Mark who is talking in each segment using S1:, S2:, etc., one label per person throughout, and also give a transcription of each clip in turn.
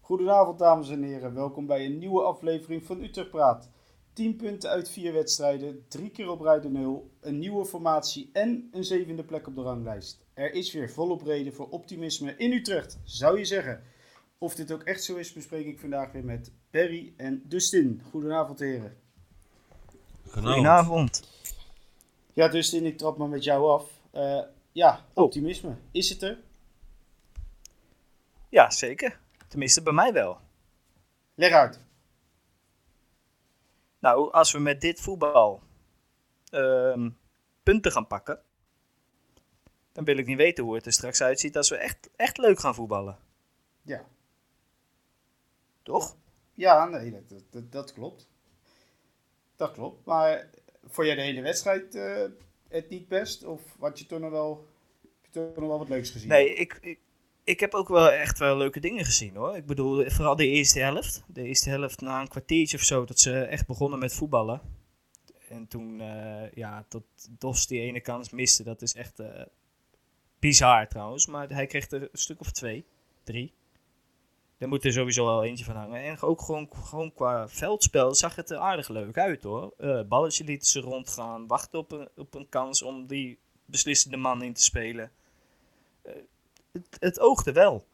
S1: Goedenavond dames en heren, welkom bij een nieuwe aflevering van Utrecht Praat. 10 punten uit 4 wedstrijden, 3 keer op rij de nul, een nieuwe formatie en een zevende plek op de ranglijst. Er is weer volop reden voor optimisme in Utrecht, zou je zeggen. Of dit ook echt zo is, bespreek ik vandaag weer met Perry en Dustin. Goedenavond heren.
S2: Goedenavond.
S1: Ja Dustin, ik trap maar met jou af. Eh, ja, optimisme. Is het er?
S2: Ja, zeker. Tenminste, bij mij wel.
S1: Leg uit.
S2: Nou, als we met dit voetbal ehm, punten gaan pakken, dan wil ik niet weten hoe het er straks uitziet als we echt, echt leuk gaan voetballen.
S1: Ja.
S2: Toch?
S1: Ja, nee, dat, dat- dat, dat klopt. Dat klopt. Maar vond jij de hele wedstrijd eh, het niet best? Of had je toen nog wel, heb je toen nog wel wat leuks gezien?
S2: Nee, ik, ik, ik heb ook wel echt wel leuke dingen gezien hoor. Ik bedoel, vooral de eerste helft. De eerste helft na een kwartiertje of zo, dat ze echt begonnen met voetballen. En toen, eh, ja, dat Dos die ene kans miste, dat is echt eh, bizar trouwens. Maar hij kreeg er een stuk of twee, drie. Daar moet er sowieso wel eentje van hangen. En ook gewoon, gewoon qua veldspel zag het er aardig leuk uit hoor. Eh, balletje lieten ze rondgaan, wachten op een, op een kans om die beslissende man in te spelen Eh, het, het oogde wel.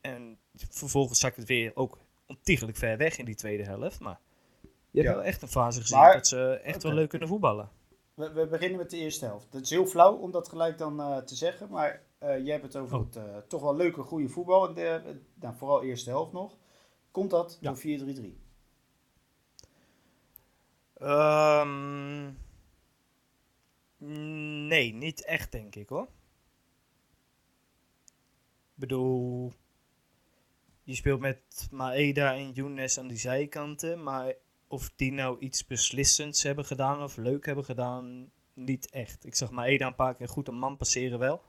S2: En vervolgens zakt het weer ook ontiegelijk ver weg in die tweede helft. Maar je hebt
S1: Ja.
S2: wel echt een fase gezien
S1: Maar-
S2: dat ze echt wel
S1: Oké.
S2: leuk kunnen voetballen.
S1: We, we beginnen met de eerste helft. Dat is heel flauw om dat gelijk dan eh, te zeggen. Maar eh, jij hebt het over
S2: Oh.
S1: het eh, toch wel leuke, goede voetbal. En de, nou, vooral eerste helft nog. Komt dat
S2: Ja.
S1: door 4-3-3?
S2: Ehm, nee, niet echt denk ik hoor. Ik bedoel, je speelt met Maeda en Younes aan die zijkanten. Maar of die nou iets beslissends hebben gedaan of leuk hebben gedaan, niet echt. Ik zag Maeda een paar keer goed een man passeren wel.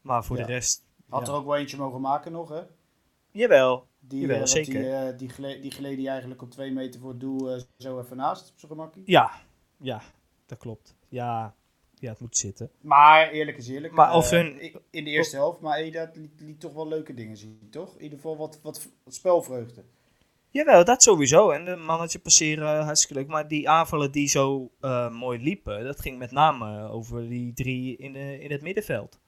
S2: Maar voor
S1: Ja.
S2: de rest,
S1: Had
S2: Ja.
S1: er ook wel eentje mogen maken nog, hè?
S2: jawel.
S1: Die,
S2: Jawel,
S1: eh, want Die,
S2: zeker.
S1: eh, die, gele- die gleed die eigenlijk op twee meter voor het doel eh, zo even naast, op zijn gemakkie.
S2: Ja, ja, dat klopt. Ja, ja het moet zitten.
S1: Maar eerlijk is eerlijk.
S2: Maar
S1: eh,
S2: of hun-
S1: i- In de eerste helft, maar Eda liet, liet toch wel leuke dingen zien, toch? In ieder geval wat, wat, v- wat spelvreugde.
S2: Jawel, dat sowieso. En de mannetje passeren, eh, hartstikke leuk. Maar die aanvallen die zo eh, mooi liepen, dat ging met name eh, over die drie in, de, in het middenveld.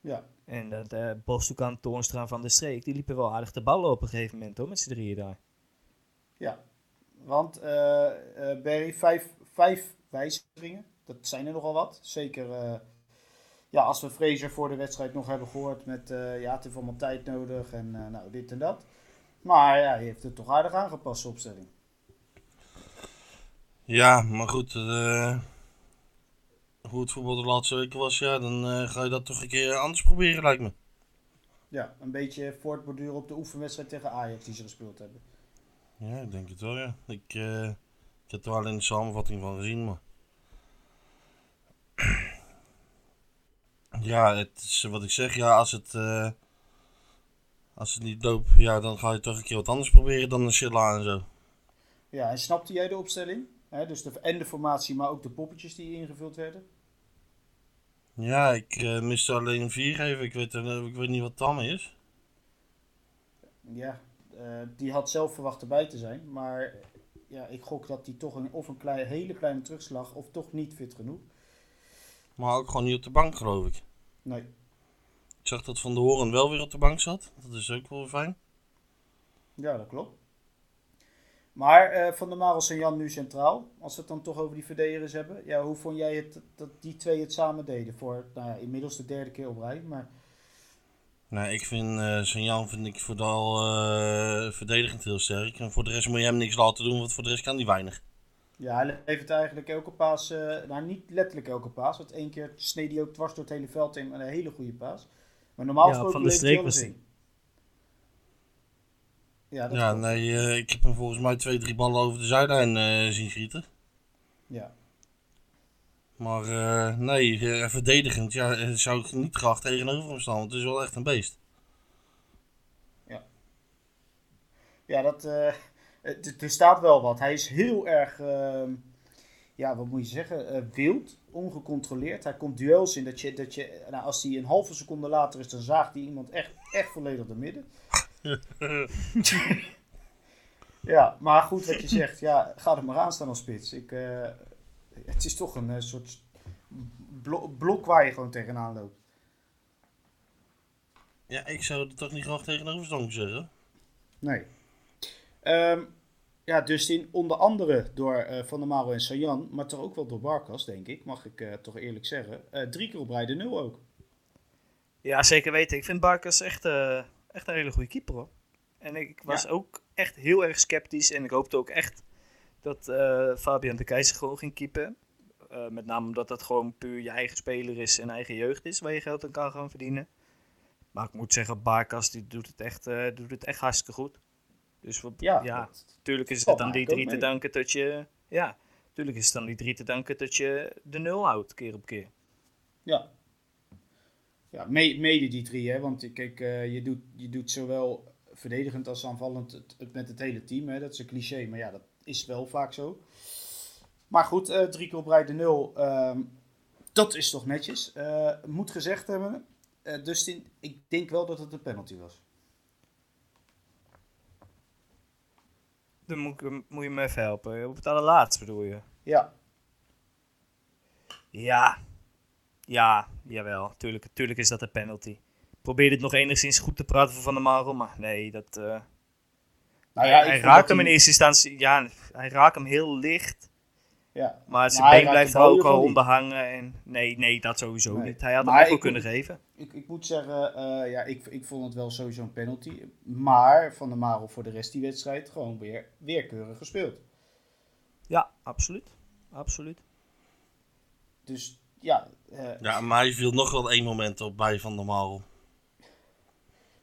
S1: Ja,
S2: En dat eh Bostoekan, Toornstra en Van der Streek, die liepen wel aardig de ballen op een gegeven moment hoor, met z'n drieën daar.
S1: ja. Want eh, eh, Barry, vijf, vijf wijzigingen. Dat zijn er nogal wat. Zeker eh, ja, als we Fraser voor de wedstrijd nog hebben gehoord met eh, ja, het heeft allemaal tijd nodig en eh, nou, dit en dat. Maar ja, hij heeft het toch aardig aangepast, de opstelling.
S3: Ja, maar goed. eh, hoe het voetbal de laatste weken was, ja, dan eh, ga je dat toch een keer anders proberen, lijkt me.
S1: Ja, een beetje voortborduren op de oefenwedstrijd tegen Ajax die ze gespeeld hebben.
S3: Ja, ik denk het wel, ja. Ik, eh, ik heb er wel in de samenvatting van gezien, maar... Ja, het is wat ik zeg, ja, als het, eh, als het niet loopt, ja, dan ga je toch een keer wat anders proberen dan een Silla en zo.
S1: Ja, en snapte jij de opstelling? Hè, dus de, en de formatie, maar ook de poppetjes die ingevuld werden?
S3: Ja, ik eh miste alleen een viergever, ik weet, er- ik weet niet wat Tam is.
S1: Ja, eh, die had zelf verwacht erbij te zijn. Maar eh, ja, ik gok dat die toch een, of een klei- hele kleine terugslag of toch niet fit genoeg.
S3: Maar ook gewoon niet op de bank, geloof ik.
S1: Nee.
S3: Ik zag dat Van de Horen wel weer op de bank zat. Dat is ook wel fijn.
S1: Ja, dat klopt. Maar eh, Van der Marels en Jan nu centraal. Als we het dan toch over die verdedigers hebben. Ja, hoe vond jij het dat die twee het samen deden? Voor nou ja, inmiddels de derde keer op rij. Maar
S3: Nou, ik vind eh Jan vind ik vooral eh, verdedigend heel sterk. En voor de rest moet je hem niks laten doen, want voor de rest kan hij weinig.
S1: ja, hij levert eigenlijk elke paas. eh, nou, niet letterlijk elke paas. Want één keer sneed hij ook dwars door het hele veld in. Een hele goede paas. Maar normaal
S2: Ja,
S1: gesproken
S2: Van der
S1: levert hij
S2: Streek
S1: alles
S2: was
S1: in. Ja, dat
S3: Ja,
S1: klopt.
S3: nee, eh, ik heb hem volgens mij twee, drie ballen over de zijlijn eh, zien schieten.
S1: Ja.
S3: Maar eh, nee, eh, verdedigend ja, eh, zou ik niet graag tegenover hem staan, want het is wel echt een beest.
S1: Ja, dat, eh, het- het- er staat wel wat. Hij is heel erg, ehm, ja, wat moet je zeggen, eh, wild, ongecontroleerd. Hij komt duels in dat je, dat je nou, als hij een halve seconde later is, dan zaagt hij iemand echt, echt volledig door midden. Ja, maar goed wat je zegt. Ja, ga er maar aan staan als spits. Ik, eh, het is toch een eh, soort blo- blok waar je gewoon tegenaan loopt.
S3: Ja, ik zou er toch niet graag tegenover staan zeggen.
S1: Nee. Ehm, ja, dus in, onder andere door eh, Van der Maro en Sajan, maar toch ook wel door Barkas, denk ik, mag ik eh, toch eerlijk zeggen. Eh, drie keer op rij de nul ook.
S2: Ja, zeker weten. Ik vind Barkas echt, eh, echt een hele goede keeper hoor. En ik was ook echt heel erg sceptisch. En ik hoopte ook echt dat eh, Fabian de Keizer gewoon ging keepen. Eh, met name omdat dat gewoon puur je eigen speler is en eigen jeugd is waar je geld aan kan gaan verdienen. Maar ik moet zeggen, Barkas die doet, het echt, eh, doet het echt hartstikke goed. Dus wat,
S1: Ja,
S2: ja,
S1: dat-
S2: tuurlijk is
S1: valt
S2: het aan
S1: mij
S2: die
S1: ook
S2: drie te
S1: mee.
S2: danken dat je. Ja, tuurlijk is het aan die drie te danken dat je de nul houdt keer op keer.
S1: Ja. Ja, me- mede die drie, hè. Want je- kijk, eh, je, doet, je doet zowel verdedigend als aanvallend het, het met het hele team, hè. Dat is een cliché, maar ja, dat is wel vaak zo. Maar goed, eh, drie keer op rij de nul, ehm, dat is toch netjes. Eh, moet gezegd hebben, eh dus ik denk wel dat het een penalty was.
S2: Dan moet, ik, hem- moet je me even helpen. Op het allerlaatst bedoel je?
S1: Ja,
S2: Ja. Ja, jawel. Tuurlijk, tuurlijk is dat een penalty. Ik probeer dit nog enigszins goed te praten voor Van der Marel, maar nee, dat... eh,
S1: Nou ja,
S2: hij-
S1: ik
S2: hij
S1: vond
S2: raakt
S1: dat
S2: hem in
S1: hij-
S2: eerste instantie... Ja, hij raakt hem heel licht,
S1: Ja.
S2: maar zijn
S1: Maar Nou, hij raakt
S2: been blijft
S1: de
S2: er
S1: bal
S2: ook
S1: hiervan
S2: al
S1: niet.
S2: onder hangen. En nee, nee, dat sowieso
S1: Nee.
S2: niet. Hij had
S1: Maar
S2: hem ook
S1: ik
S2: wel
S1: moet-
S2: kunnen geven.
S1: Ik, ik moet zeggen, eh, ja, ik, ik vond het wel sowieso een penalty. Maar Van der Marel voor de rest die wedstrijd gewoon weer, weer keurig gespeeld.
S2: Ja, absoluut. Absoluut.
S1: Dus ja, eh,
S3: Ja, maar hij viel nog wel één moment op bij Van der Marel.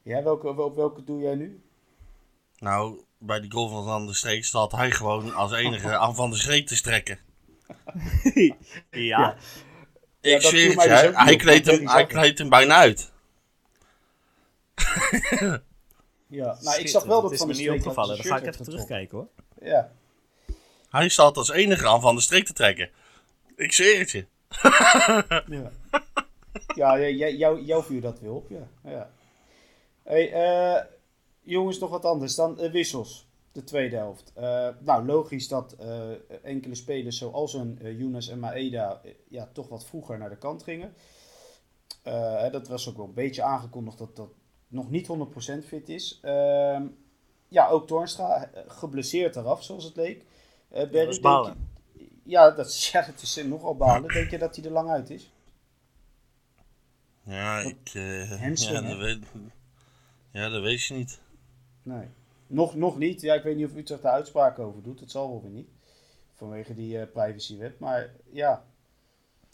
S1: ja welke, wel- welke doe jij nu?
S3: Nou, bij die goal van Van der Streek staat hij gewoon als enige aan Van der Streek te strekken.
S1: Nou,
S2: ja.
S1: Ja, dat
S3: Ik
S1: viel
S3: zweer het
S1: mij
S3: je,
S1: dus ook niet
S3: hij
S1: op,
S3: kleedt
S1: dat
S3: hem,
S1: Danny
S3: hij
S1: Zakker.
S3: kleedt hem bijna uit.
S1: Ja, nou, ik zag wel dat Van
S2: me
S1: der
S2: niet
S1: Streek dat
S2: opgevallen. Dan
S1: zijn
S2: ga ik
S1: shirt
S2: even
S1: heeft getrokken.
S2: terugkijken hoor.
S1: Ja.
S3: Hij staat als enige aan Van der Streek te trekken. Ik zweer het je.
S1: Ja, ja jij- jij- jou, jou vuur dat weer op, ja. ja. Hey, eh, jongens, nog wat anders dan eh, wissels. De tweede helft. Eh, nou, logisch dat eh, enkele spelers zoals een eh, Younes en Maeda eh, ja, toch wat vroeger naar de kant gingen. Eh, hè, dat was ook wel een beetje aangekondigd dat dat nog niet 100% fit is. Ehm, ja, ook Toornstra eh, geblesseerd eraf, zoals het leek. Eh, Berry,
S2: dat is
S1: denk
S2: balen.
S1: je- Ja, dat is, ja, dat is eh, nogal balen. Denk je dat hij er lang uit is?
S3: Ja, ik... eh,
S1: Hamstring,
S3: ja,
S1: hè?
S3: dat weet, ja, dat weet je niet.
S1: Nee. Nog, nog niet. Ja, ik weet niet of Utrecht daar uitspraken over doet. Het zal wel weer niet. Vanwege die eh, privacywet. Maar ja.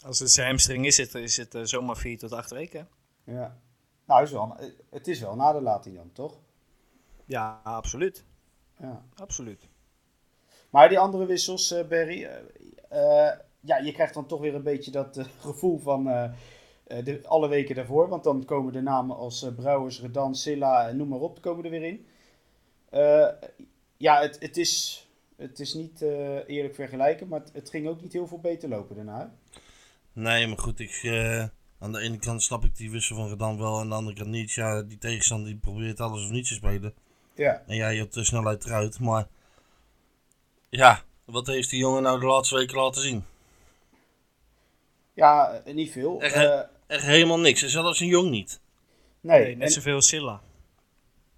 S2: Als het zijn hamstring is, is het, is het eh, zomaar vier tot acht weken.
S1: ja. Nou, is wel, een- het is wel na de lating dan, toch?
S2: Ja, absoluut.
S1: Ja.
S2: Absoluut.
S1: Maar die andere wissels, eh, Barry. eh, eh, ja, je krijgt dan toch weer een beetje dat eh, gevoel van eh, eh, de, alle weken daarvoor. Want dan komen de namen als eh, Brouwers, Redan, Silla en noem maar op, komen er weer in. Eh, ja, het, het, is, het is niet eh, eerlijk vergelijken, maar het, het ging ook niet heel veel beter lopen daarna. hè?
S3: Nee, maar goed, ik... eh, aan de ene kant snap ik die wissel van Redan wel, aan de andere kant niet. Ja, die tegenstander die probeert alles of niets te spelen.
S1: Ja.
S3: En jij hebt de snelheid eruit, maar... Ja, wat heeft die jongen nou de laatste weken laten zien?
S1: Ja, eh, niet veel.
S3: Echt,
S1: Eh,
S3: hè? Echt helemaal niks. En zelfs een jong niet.
S1: nee,
S2: Nee, net
S1: en-
S2: zoveel als Silla.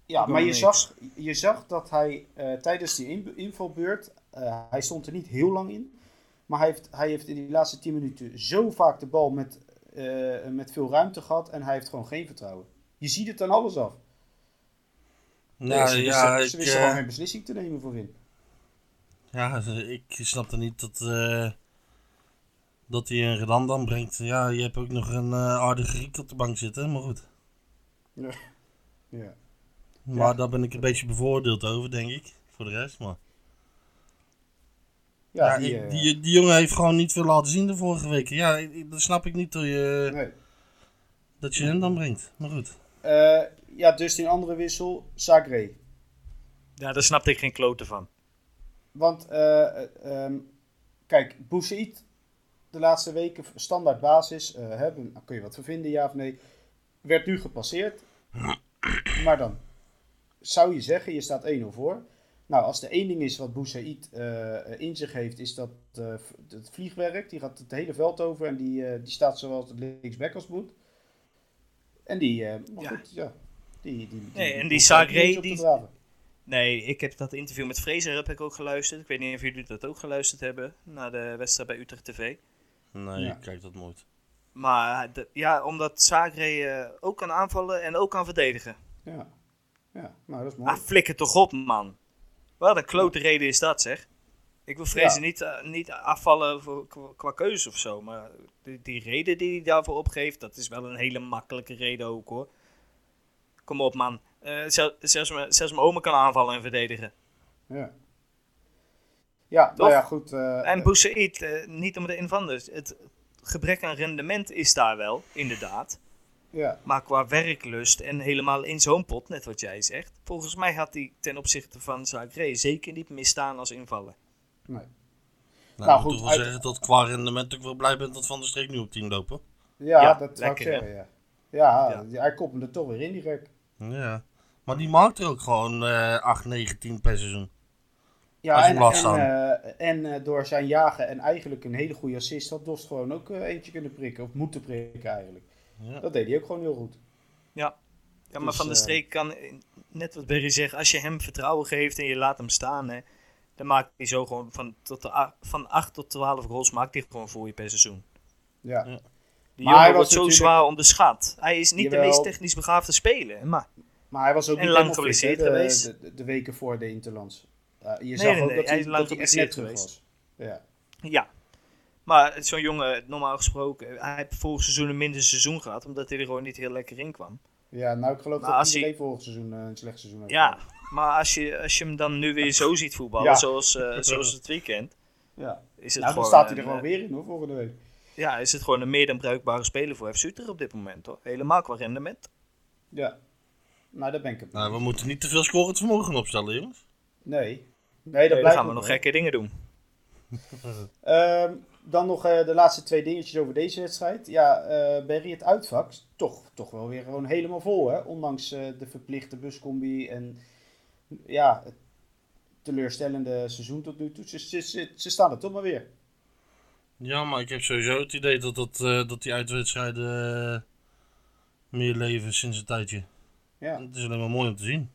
S1: ja, maar je
S2: Dominic.
S1: zag, je zag dat hij eh, tijdens die in- invalbeurt, eh, hij stond er niet heel lang in, maar hij heeft, hij heeft in die laatste 10 minuten zo vaak de bal met, eh, met veel ruimte gehad en hij heeft gewoon geen vertrouwen. Je ziet het aan alles af.
S3: Nou
S1: ze
S3: ja,
S1: wisten,
S3: ik...
S1: ze wisten gewoon
S3: eh,
S1: geen beslissing te nemen voorin.
S3: Ja, ik snapte niet dat, eh, dat hij een Redan dan brengt. Ja, je hebt ook nog een eh, aardige Griek op de bank zitten, maar goed.
S1: Ja.
S3: Maar
S1: Ja.
S3: daar ben ik een beetje bevoordeeld over, denk ik. Voor de rest, maar...
S1: Ja,
S3: Ja,
S1: die,
S3: ik-
S1: eh,
S3: die, die jongen heeft gewoon niet veel laten zien de vorige week. Ja, ik- ik- dat snap ik niet dat je,
S1: nee.
S3: dat je hem dan brengt. Maar goed.
S1: Eh, ja, dus die andere wissel, Sagre.
S2: Ja, daar snapte ik geen klote van.
S1: Want, eh, eh, ehm, kijk, Boussaïd, de laatste weken standaard basis, eh, hebben, daar kun je wat voor vinden, ja of nee, werd nu gepasseerd. Maar dan? zou je zeggen, je staat 1-0 voor. Nou, als er één ding is wat Boussaïd eh, in zich heeft, is dat eh, v- het vliegwerk. Die gaat het hele veld over en die, eh, die staat zoals linksback als moet. En die, eh, maar
S2: Ja.
S1: goed, ja. Die, die, die,
S2: Nee, en die
S1: komt
S2: Sarre,
S1: ook niet eens op te
S2: die-
S1: draven.
S2: Nee, ik heb dat interview met Fraser heb ik ook geluisterd. Ik weet niet of jullie dat ook geluisterd hebben. Na de wedstrijd bij Utrecht TV.
S3: Nee,
S1: Ja.
S3: ik kijk dat nooit.
S2: Maar de- ja, omdat Zagré eh ook kan aanvallen en ook kan verdedigen.
S1: Ja. ja, nou dat is mooi.
S2: Ah, flikker toch op, man. Wat een klote reden is dat, zeg. Ik wil Fraser
S1: Ja.
S2: niet, eh, niet afvallen voor, qua, qua keuze of zo. Maar die, die reden die hij daarvoor opgeeft, dat is wel een hele makkelijke reden ook, hoor. Kom op, man. Eh, zel- zelfs, mijn- zelfs mijn oma kan aanvallen en verdedigen.
S1: Ja, ja
S2: Toch?
S1: nou ja, goed. eh,
S2: En Boussaïd, eh, niet om de een of ander. Het gebrek aan rendement is daar wel, inderdaad.
S1: ja.
S2: Maar qua werklust en helemaal in zo'n pot, net wat jij zegt. Volgens mij had hij ten opzichte van Zagré zeker niet misstaan als invallen.
S3: Nou,
S1: Nou,
S3: ik moet
S1: goed,
S3: toch wel
S1: uit-
S3: zeggen dat qua rendement ik wel blij ben dat Van der Streek nu op 10 lopen.
S1: Ja,
S2: Ja,
S1: dat zou ik
S2: lekker, hè?
S1: zeggen, ja. Ja,
S2: Ja.
S1: die- hij koppelde er toch weer in, die gek.
S3: Ja. Maar die maakt er ook gewoon eh 8, 9, 10 per seizoen. Als
S1: Ja,
S3: je
S1: en,
S3: hem laat
S1: en,
S3: staan.
S1: eh, en eh, door zijn jagen en eigenlijk een hele goede assist had Dost gewoon ook eh, eentje kunnen prikken. Of moeten prikken eigenlijk.
S3: Ja.
S1: Dat deed hij ook gewoon heel goed.
S2: Ja, maar
S1: Dus,
S2: Van der
S1: eh,
S2: Streek kan, eh, net wat Berry zegt, als je hem vertrouwen geeft en je laat hem staan, hè, dan maakt hij zo gewoon van, tot de, a- van 8 tot 12 goals maakt hij gewoon voor je per seizoen.
S1: Ja.
S3: Ja.
S2: Die
S1: Maar
S2: jongen
S1: hij was
S2: wordt zo
S1: natuurlijk-
S2: zwaar onderschat. Hij is niet
S1: Jawel.
S2: de meest technisch begaafde speler, maar
S1: Maar hij was ook
S2: En
S1: niet
S2: lang
S1: helemaal fit,
S2: geblesseerd
S1: hè, de-
S2: geweest.
S1: De, de, de weken voor de Interlands. Eh, je zag
S2: nee,
S1: ook
S2: nee,
S1: dat
S2: hij
S1: hij,
S2: is lang
S1: dat hij echt net
S2: geblesseerd
S1: terug
S2: geweest.
S1: was. Ja.
S2: Ja. Maar zo'n jongen, normaal gesproken, hij heeft vorig seizoen een minder seizoen gehad, omdat hij er gewoon niet heel lekker in kwam.
S1: ja, nou ik geloof
S2: Maar
S1: dat
S2: als hij-
S1: iedereen vorig seizoen eh, een slecht seizoen heeft
S2: Ja,
S1: gehad.
S2: maar als je, als je hem dan nu weer zo ziet voetballen,
S1: Ja.
S2: zoals, eh, zoals het weekend,
S1: Ja.
S2: is het
S1: Nou, dan
S2: gewoon...
S1: staat hij er
S2: een,
S1: gewoon
S2: eh,
S1: weer in hoor, volgende week.
S2: Ja, is het gewoon een meer dan bruikbare speler voor FC Utrecht op dit moment, hoor. Helemaal qua rendement.
S1: Ja. Nou, daar ben ik het
S3: Nou, we moeten niet te veel scorend vermogen opstellen, jongens.
S1: Nee. Nee, dat
S2: Dan
S1: blijkt
S2: gaan we
S1: ook
S2: nog
S1: wel.
S2: gekke dingen doen.
S1: Ehm, dan nog eh, de laatste twee dingetjes over deze wedstrijd. Ja, eh Berry, het uitvak is toch, toch wel weer gewoon helemaal vol, hè? Ondanks eh, de verplichte buscombi en ja, het teleurstellende seizoen tot nu toe. Ze, ze, ze, ze staan er toch maar weer.
S3: Ja, maar ik heb sowieso het idee dat, dat, eh, dat die uitwedstrijden eh, meer leven sinds een tijdje.
S1: Ja,
S3: Het is alleen maar mooi om te zien.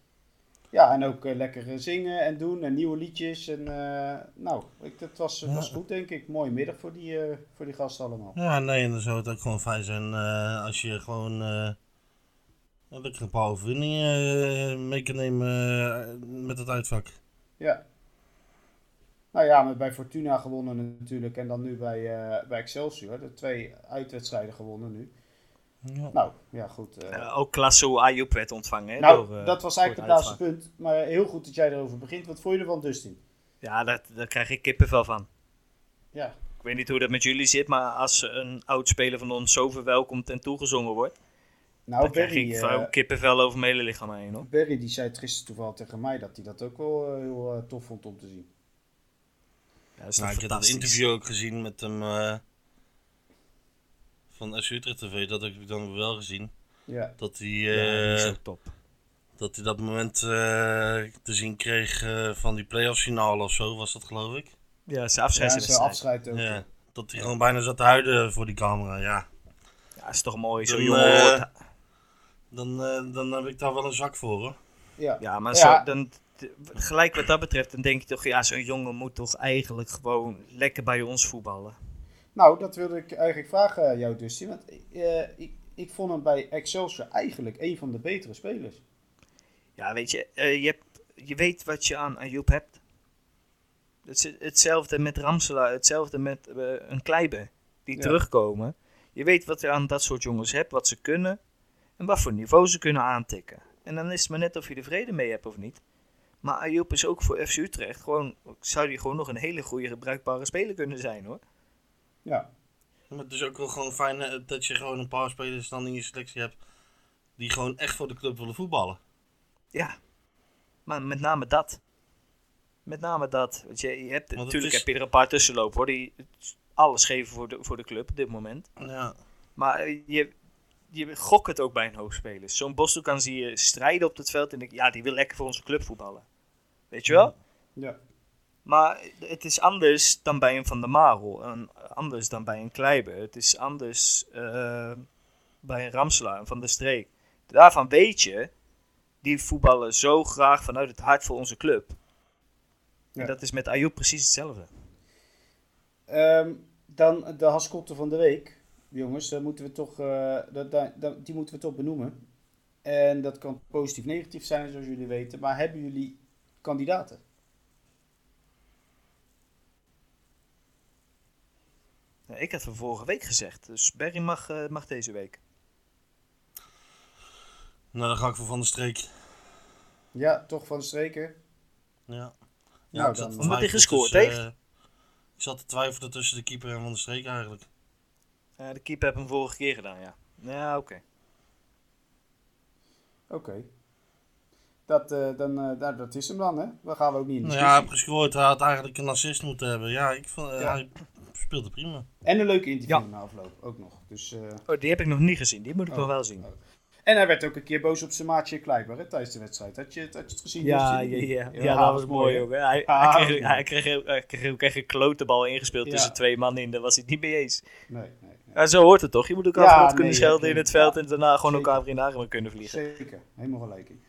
S1: ja en ook eh, lekker eh, zingen en doen en nieuwe liedjes. En, eh, nou, ik, dat was,
S3: Ja.
S1: was goed, denk ik. Mooie middag voor die, eh, voor die gasten allemaal.
S3: Ja, nee, en dan zou het ook gewoon fijn zijn eh, als je gewoon eh, een lekker een paar overwinningen eh, mee kan nemen eh, met het uitvak.
S1: Ja. Nou ja, maar bij Fortuna gewonnen natuurlijk. En dan nu bij, eh, bij Excelsior. De twee uitwedstrijden gewonnen nu.
S3: Ja.
S1: Nou, ja goed. eh.
S2: Eh, ook Klasso Ayoub werd ontvangen, hè,
S1: nou,
S2: door, eh,
S1: dat was
S2: voor
S1: eigenlijk
S2: het
S1: het laatste punt. Maar heel goed dat jij erover begint. Wat vond je ervan, Dustin?
S2: Ja, dat, daar krijg ik kippenvel van.
S1: Ja.
S2: Ik weet niet hoe dat met jullie zit, maar als een oud speler van ons zo verwelkomd en toegezongen wordt...
S1: Nou,
S2: Dan krijg
S1: Berry,
S2: ik gewoon
S1: eh
S2: kippenvel over mijn hele lichaam heen, hoor.
S1: Berry die zei het gisteren toevallig tegen mij dat hij dat ook wel eh, heel eh, tof vond om te zien.
S2: Ja, dat is
S3: Nou,
S2: toch
S3: ik heb dat
S2: fantastisch.
S3: interview ook gezien met hem eh, van SU Utrecht TV. Dat heb ik dan wel gezien.
S1: Ja,
S3: Dat hij,
S2: Ja, die is
S3: eh,
S2: ook top.
S3: dat, hij dat moment eh, te zien kreeg eh, van die playoffs finale of zo, was dat geloof ik.
S2: Ja, zijn
S1: ja en zijn
S2: afscheidswedstrijd. Ja,
S1: afscheid ook.
S3: Ja, dat hij gewoon bijna zat te huilen voor die camera. Ja,
S2: is toch mooi. Zo'n
S3: Dan,
S2: jongen
S3: eh,
S2: hoort-
S3: dan, eh, dan heb ik daar wel een zak voor hoor.
S1: Ja.
S2: Ja, maar
S1: Ja.
S2: Zo, dan, t- gelijk wat dat betreft, dan denk je toch... Ja, zo'n jongen moet toch eigenlijk gewoon lekker bij ons voetballen.
S1: Nou, dat wilde ik eigenlijk vragen aan jou, Dustin. Want eh, ik, ik vond hem bij Excelsior eigenlijk een van de betere spelers.
S2: Ja, weet je, eh, je, hebt, je weet wat je aan Ayoub hebt. Het is hetzelfde met Ramselaar, hetzelfde met eh, een Kleiber. Die
S1: Ja.
S2: terugkomen. Je weet wat je aan dat soort jongens hebt, wat ze kunnen. En wat voor niveau ze kunnen aantikken. En dan is het maar net of je er vrede mee hebt of niet. Maar Ayoub is ook voor FC Utrecht gewoon... Zou die gewoon nog een hele goede, gebruikbare speler kunnen zijn, hoor.
S1: Ja.
S3: Maar het is ook wel gewoon fijn eh, dat je gewoon een paar spelers dan in je selectie hebt die gewoon echt voor de club willen voetballen.
S2: Ja, maar met name dat. Met name dat. Want je, je hebt,
S3: Want het
S2: natuurlijk
S3: is-
S2: heb je er een paar tussenlopen hoor, die alles geven voor de, voor de club op dit moment.
S3: Ja.
S2: Maar eh, je, je gokt het ook bij een hoofdspeler. Zo'n Bostokan zie je strijden op het veld en denk ja, die wil lekker voor onze club voetballen. Weet je wel?
S1: Ja.
S2: Maar het is anders dan bij een Van der Marel. En anders dan bij een Kleiber. Het is anders eh, bij een Ramselaar, een Van der Streek. Daarvan weet je, die voetballen zo graag vanuit het hart voor onze club.
S1: Ja.
S2: En dat is met Ayoub precies hetzelfde.
S1: Ehm, dan de haskotten van de week. Jongens, dat moeten we toch, eh, dat, dat, dat- die moeten we toch benoemen. En dat kan positief-negatief zijn, zoals jullie weten. Maar hebben jullie kandidaten?
S2: Nou, ik had van vorige week gezegd, dus Berry mag, eh, mag deze week.
S3: Nou, dan ga ik voor Van de Streek.
S1: Ja, toch van de streken.
S3: Ja.
S1: Nou,
S3: ik zat
S1: dan-
S3: te
S1: Wat
S2: had hij
S3: twijfelen
S2: gescoord,
S3: tussen,
S2: tegen?
S3: eh, Ik zat te twijfelen tussen de keeper en Van de Streek eigenlijk.
S2: Eh, de keeper heb hem vorige keer gedaan, ja. Ja, oké.
S1: Oké. Dat, eh, dan, eh, nou, dat is hem dan, hè? Dan gaan we ook niet in
S3: Nou
S1: de
S3: ja, hij heeft gescoord. Hij had eigenlijk een assist moeten hebben. Ja, ik vond, eh,
S1: Ja.
S3: hij speelde prima.
S1: En een leuke interview
S2: Ja.
S1: na afloop ook nog. Dus, eh,
S2: Oh, die heb ik nog niet gezien. Die moet ik
S1: Oh.
S2: nog wel zien.
S1: Oh. En hij werd ook een keer boos op zijn maatje Kleiber hè, tijdens de wedstrijd. Had je, het- had je het gezien?
S2: Ja,
S1: Dus
S2: ja,
S1: die-
S2: ja.
S1: die-
S2: ja, dat was mooi,
S1: hè?
S2: jongen. Hij,
S1: Ah,
S2: hij, kreeg,
S1: mooi.
S2: hij, kreeg, heel- hij kreeg ook echt een klote bal ingespeeld
S1: Ja.
S2: tussen twee mannen in. Daar was hij het niet mee eens.
S1: Nee, nee, nee.
S2: Ja, zo hoort het toch? Je moet elkaar
S1: Ja,
S2: ja, kunnen
S1: nee,
S2: schelden
S1: ja,
S2: in het
S1: tuurlijk.
S2: veld en daarna gewoon
S1: Zeker.
S2: elkaar weer in de armen kunnen vliegen.
S1: Zeker, helemaal gelijk in.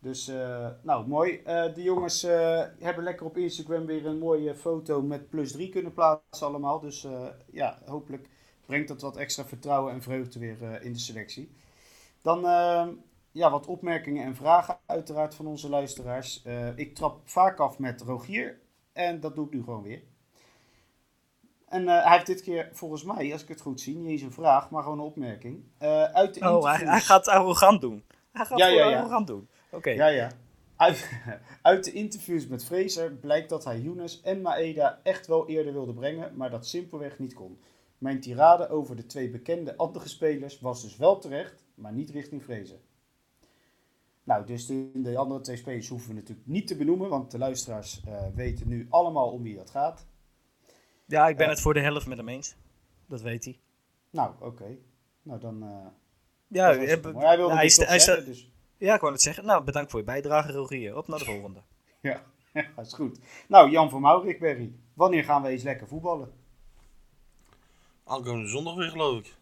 S1: Dus, eh, nou, mooi. Eh de jongens eh, hebben lekker op Instagram weer een mooie foto met plus 3 kunnen plaatsen allemaal. Dus eh, ja, hopelijk brengt dat wat extra vertrouwen en vreugde weer eh, in de selectie. Dan eh, ja, wat opmerkingen en vragen uiteraard van onze luisteraars. Eh, ik trap vaak af met Rogier en dat doe ik nu gewoon weer. En eh, hij heeft dit keer volgens mij, als ik het goed zie, niet eens een vraag, maar gewoon een opmerking. Eh, uit de
S2: Oh, hij,
S1: interviews-
S2: hij gaat arrogant doen. Hij gaat
S1: Ja,
S2: gewoon
S1: ja, ja.
S2: arrogant doen. Oké.
S1: ja, ja. Uit, uit de interviews met Fraser blijkt dat hij Younes en Maeda echt wel eerder wilde brengen, maar dat simpelweg niet kon. Mijn tirade over de twee bekende andere spelers was dus wel terecht, maar niet richting Fraser. Nou, dus de, de andere twee spelers hoeven we natuurlijk niet te benoemen, want de luisteraars eh, weten nu allemaal om wie dat gaat.
S2: Ja, ik ben
S1: Ja.
S2: het voor de helft met hem eens. Dat weet hij.
S1: Nou, oké. Nou, dan... eh,
S2: Ja,
S1: dat was
S2: we
S1: het.
S2: hebben-
S1: Maar hij wilde
S2: nou,
S1: dit
S2: sta-
S1: toch
S2: hij sta-
S1: zeggen, dus...
S2: ja, ik wou het zeggen. Nou, bedankt voor je bijdrage, Rogier. Op naar de volgende.
S1: Ja, dat is goed. Nou, Jan van Maurik, Berry. Wanneer gaan we eens lekker voetballen?
S3: Aankomende zondag weer, geloof ik.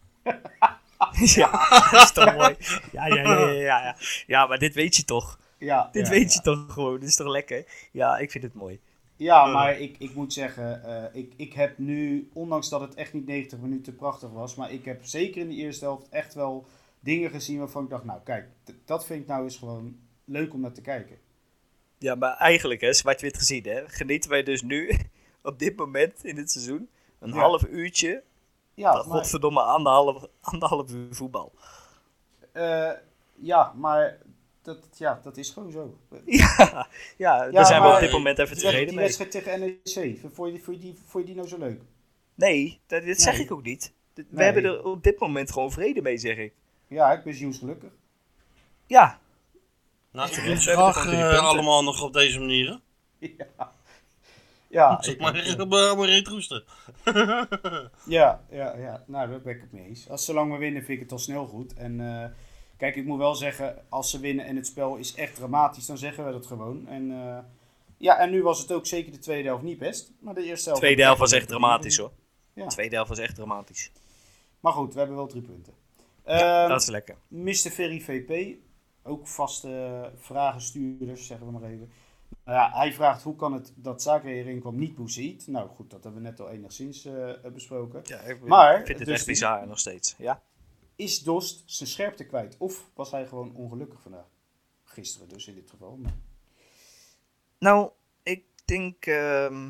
S2: ja, dat is toch mooi. Ja, ja, ja, ja, ja, ja. Ja, maar dit weet je toch.
S1: Ja,
S2: Dit
S1: ja,
S2: weet
S1: ja.
S2: je toch gewoon. Dit is toch lekker? Ja, ik vind het mooi.
S1: Ja,
S3: Eh.
S1: maar ik, ik moet zeggen, eh, ik, ik heb nu, ondanks dat het echt niet 90 minuten prachtig was, maar ik heb zeker in de eerste helft echt wel dingen gezien waarvan ik dacht, nou kijk, d- dat vind ik nou eens gewoon leuk om naar te kijken.
S2: Ja, maar eigenlijk, hè, zwart-wit gezien, hè, genieten wij dus nu, op dit moment in het seizoen, een
S1: Ja.
S2: half uurtje
S1: Ja,
S2: Dat
S1: maar,
S2: godverdomme anderhalf, anderhalf uur voetbal.
S1: eh, ja, maar dat, ja, dat is gewoon zo.
S2: Ja, ja, daar zijn we
S1: maar-
S2: op dit moment even
S1: Die wed-
S2: tevreden
S1: die
S2: mee.
S1: wedstrijd tegen NEC, vond je, vond, je die, vond je die nou zo leuk?
S2: Nee, dat, dit zeg
S1: Nee.
S2: ik ook niet. Dit- We
S1: Nee.
S2: hebben er op dit moment gewoon vrede mee, zeg ik.
S1: Ja, ik ben zielsgelukkig.
S2: Ja,
S3: Nou, ik
S2: Ja,
S3: wil
S2: we
S3: ze
S2: hebben
S3: graag
S2: gewoon drie
S3: eh,
S2: punten.
S3: allemaal nog op deze manier. hè?
S1: Ja,
S3: Zeg
S1: ik-
S3: maar,
S1: ja.
S3: allemaal reetroesten.
S1: Ja, ja, ja. Nou, daar ben ik het mee eens. Als zolang we winnen, vind ik het al snel goed. En eh, kijk, ik moet wel zeggen, als ze winnen en het spel is echt dramatisch, dan zeggen we dat gewoon. En eh, ja, en nu was het ook zeker de tweede helft niet best. Maar de eerste helft.
S2: tweede helft was echt dramatisch hoor.
S1: Ja.
S2: Tweede helft was echt dramatisch.
S1: Maar goed, we hebben wel drie punten. Ehm,
S2: Dat is lekker.
S1: Mr. Ferry VP, ook vaste eh, vragenstuurders, zeggen we maar even. Nou ja, hij vraagt hoe kan het dat Zaken hierin kwam, niet Boezid. Nou goed, dat hebben we net al enigszins eh, besproken.
S2: Ja, ik
S1: Maar,
S2: vind het
S1: dus
S2: echt
S1: die-
S2: bizar nog steeds. Ja.
S1: Is Dost zijn scherpte kwijt? Of was hij gewoon ongelukkig vandaag? Gisteren dus in dit geval. maar-
S2: Nou, ik denk. ehm,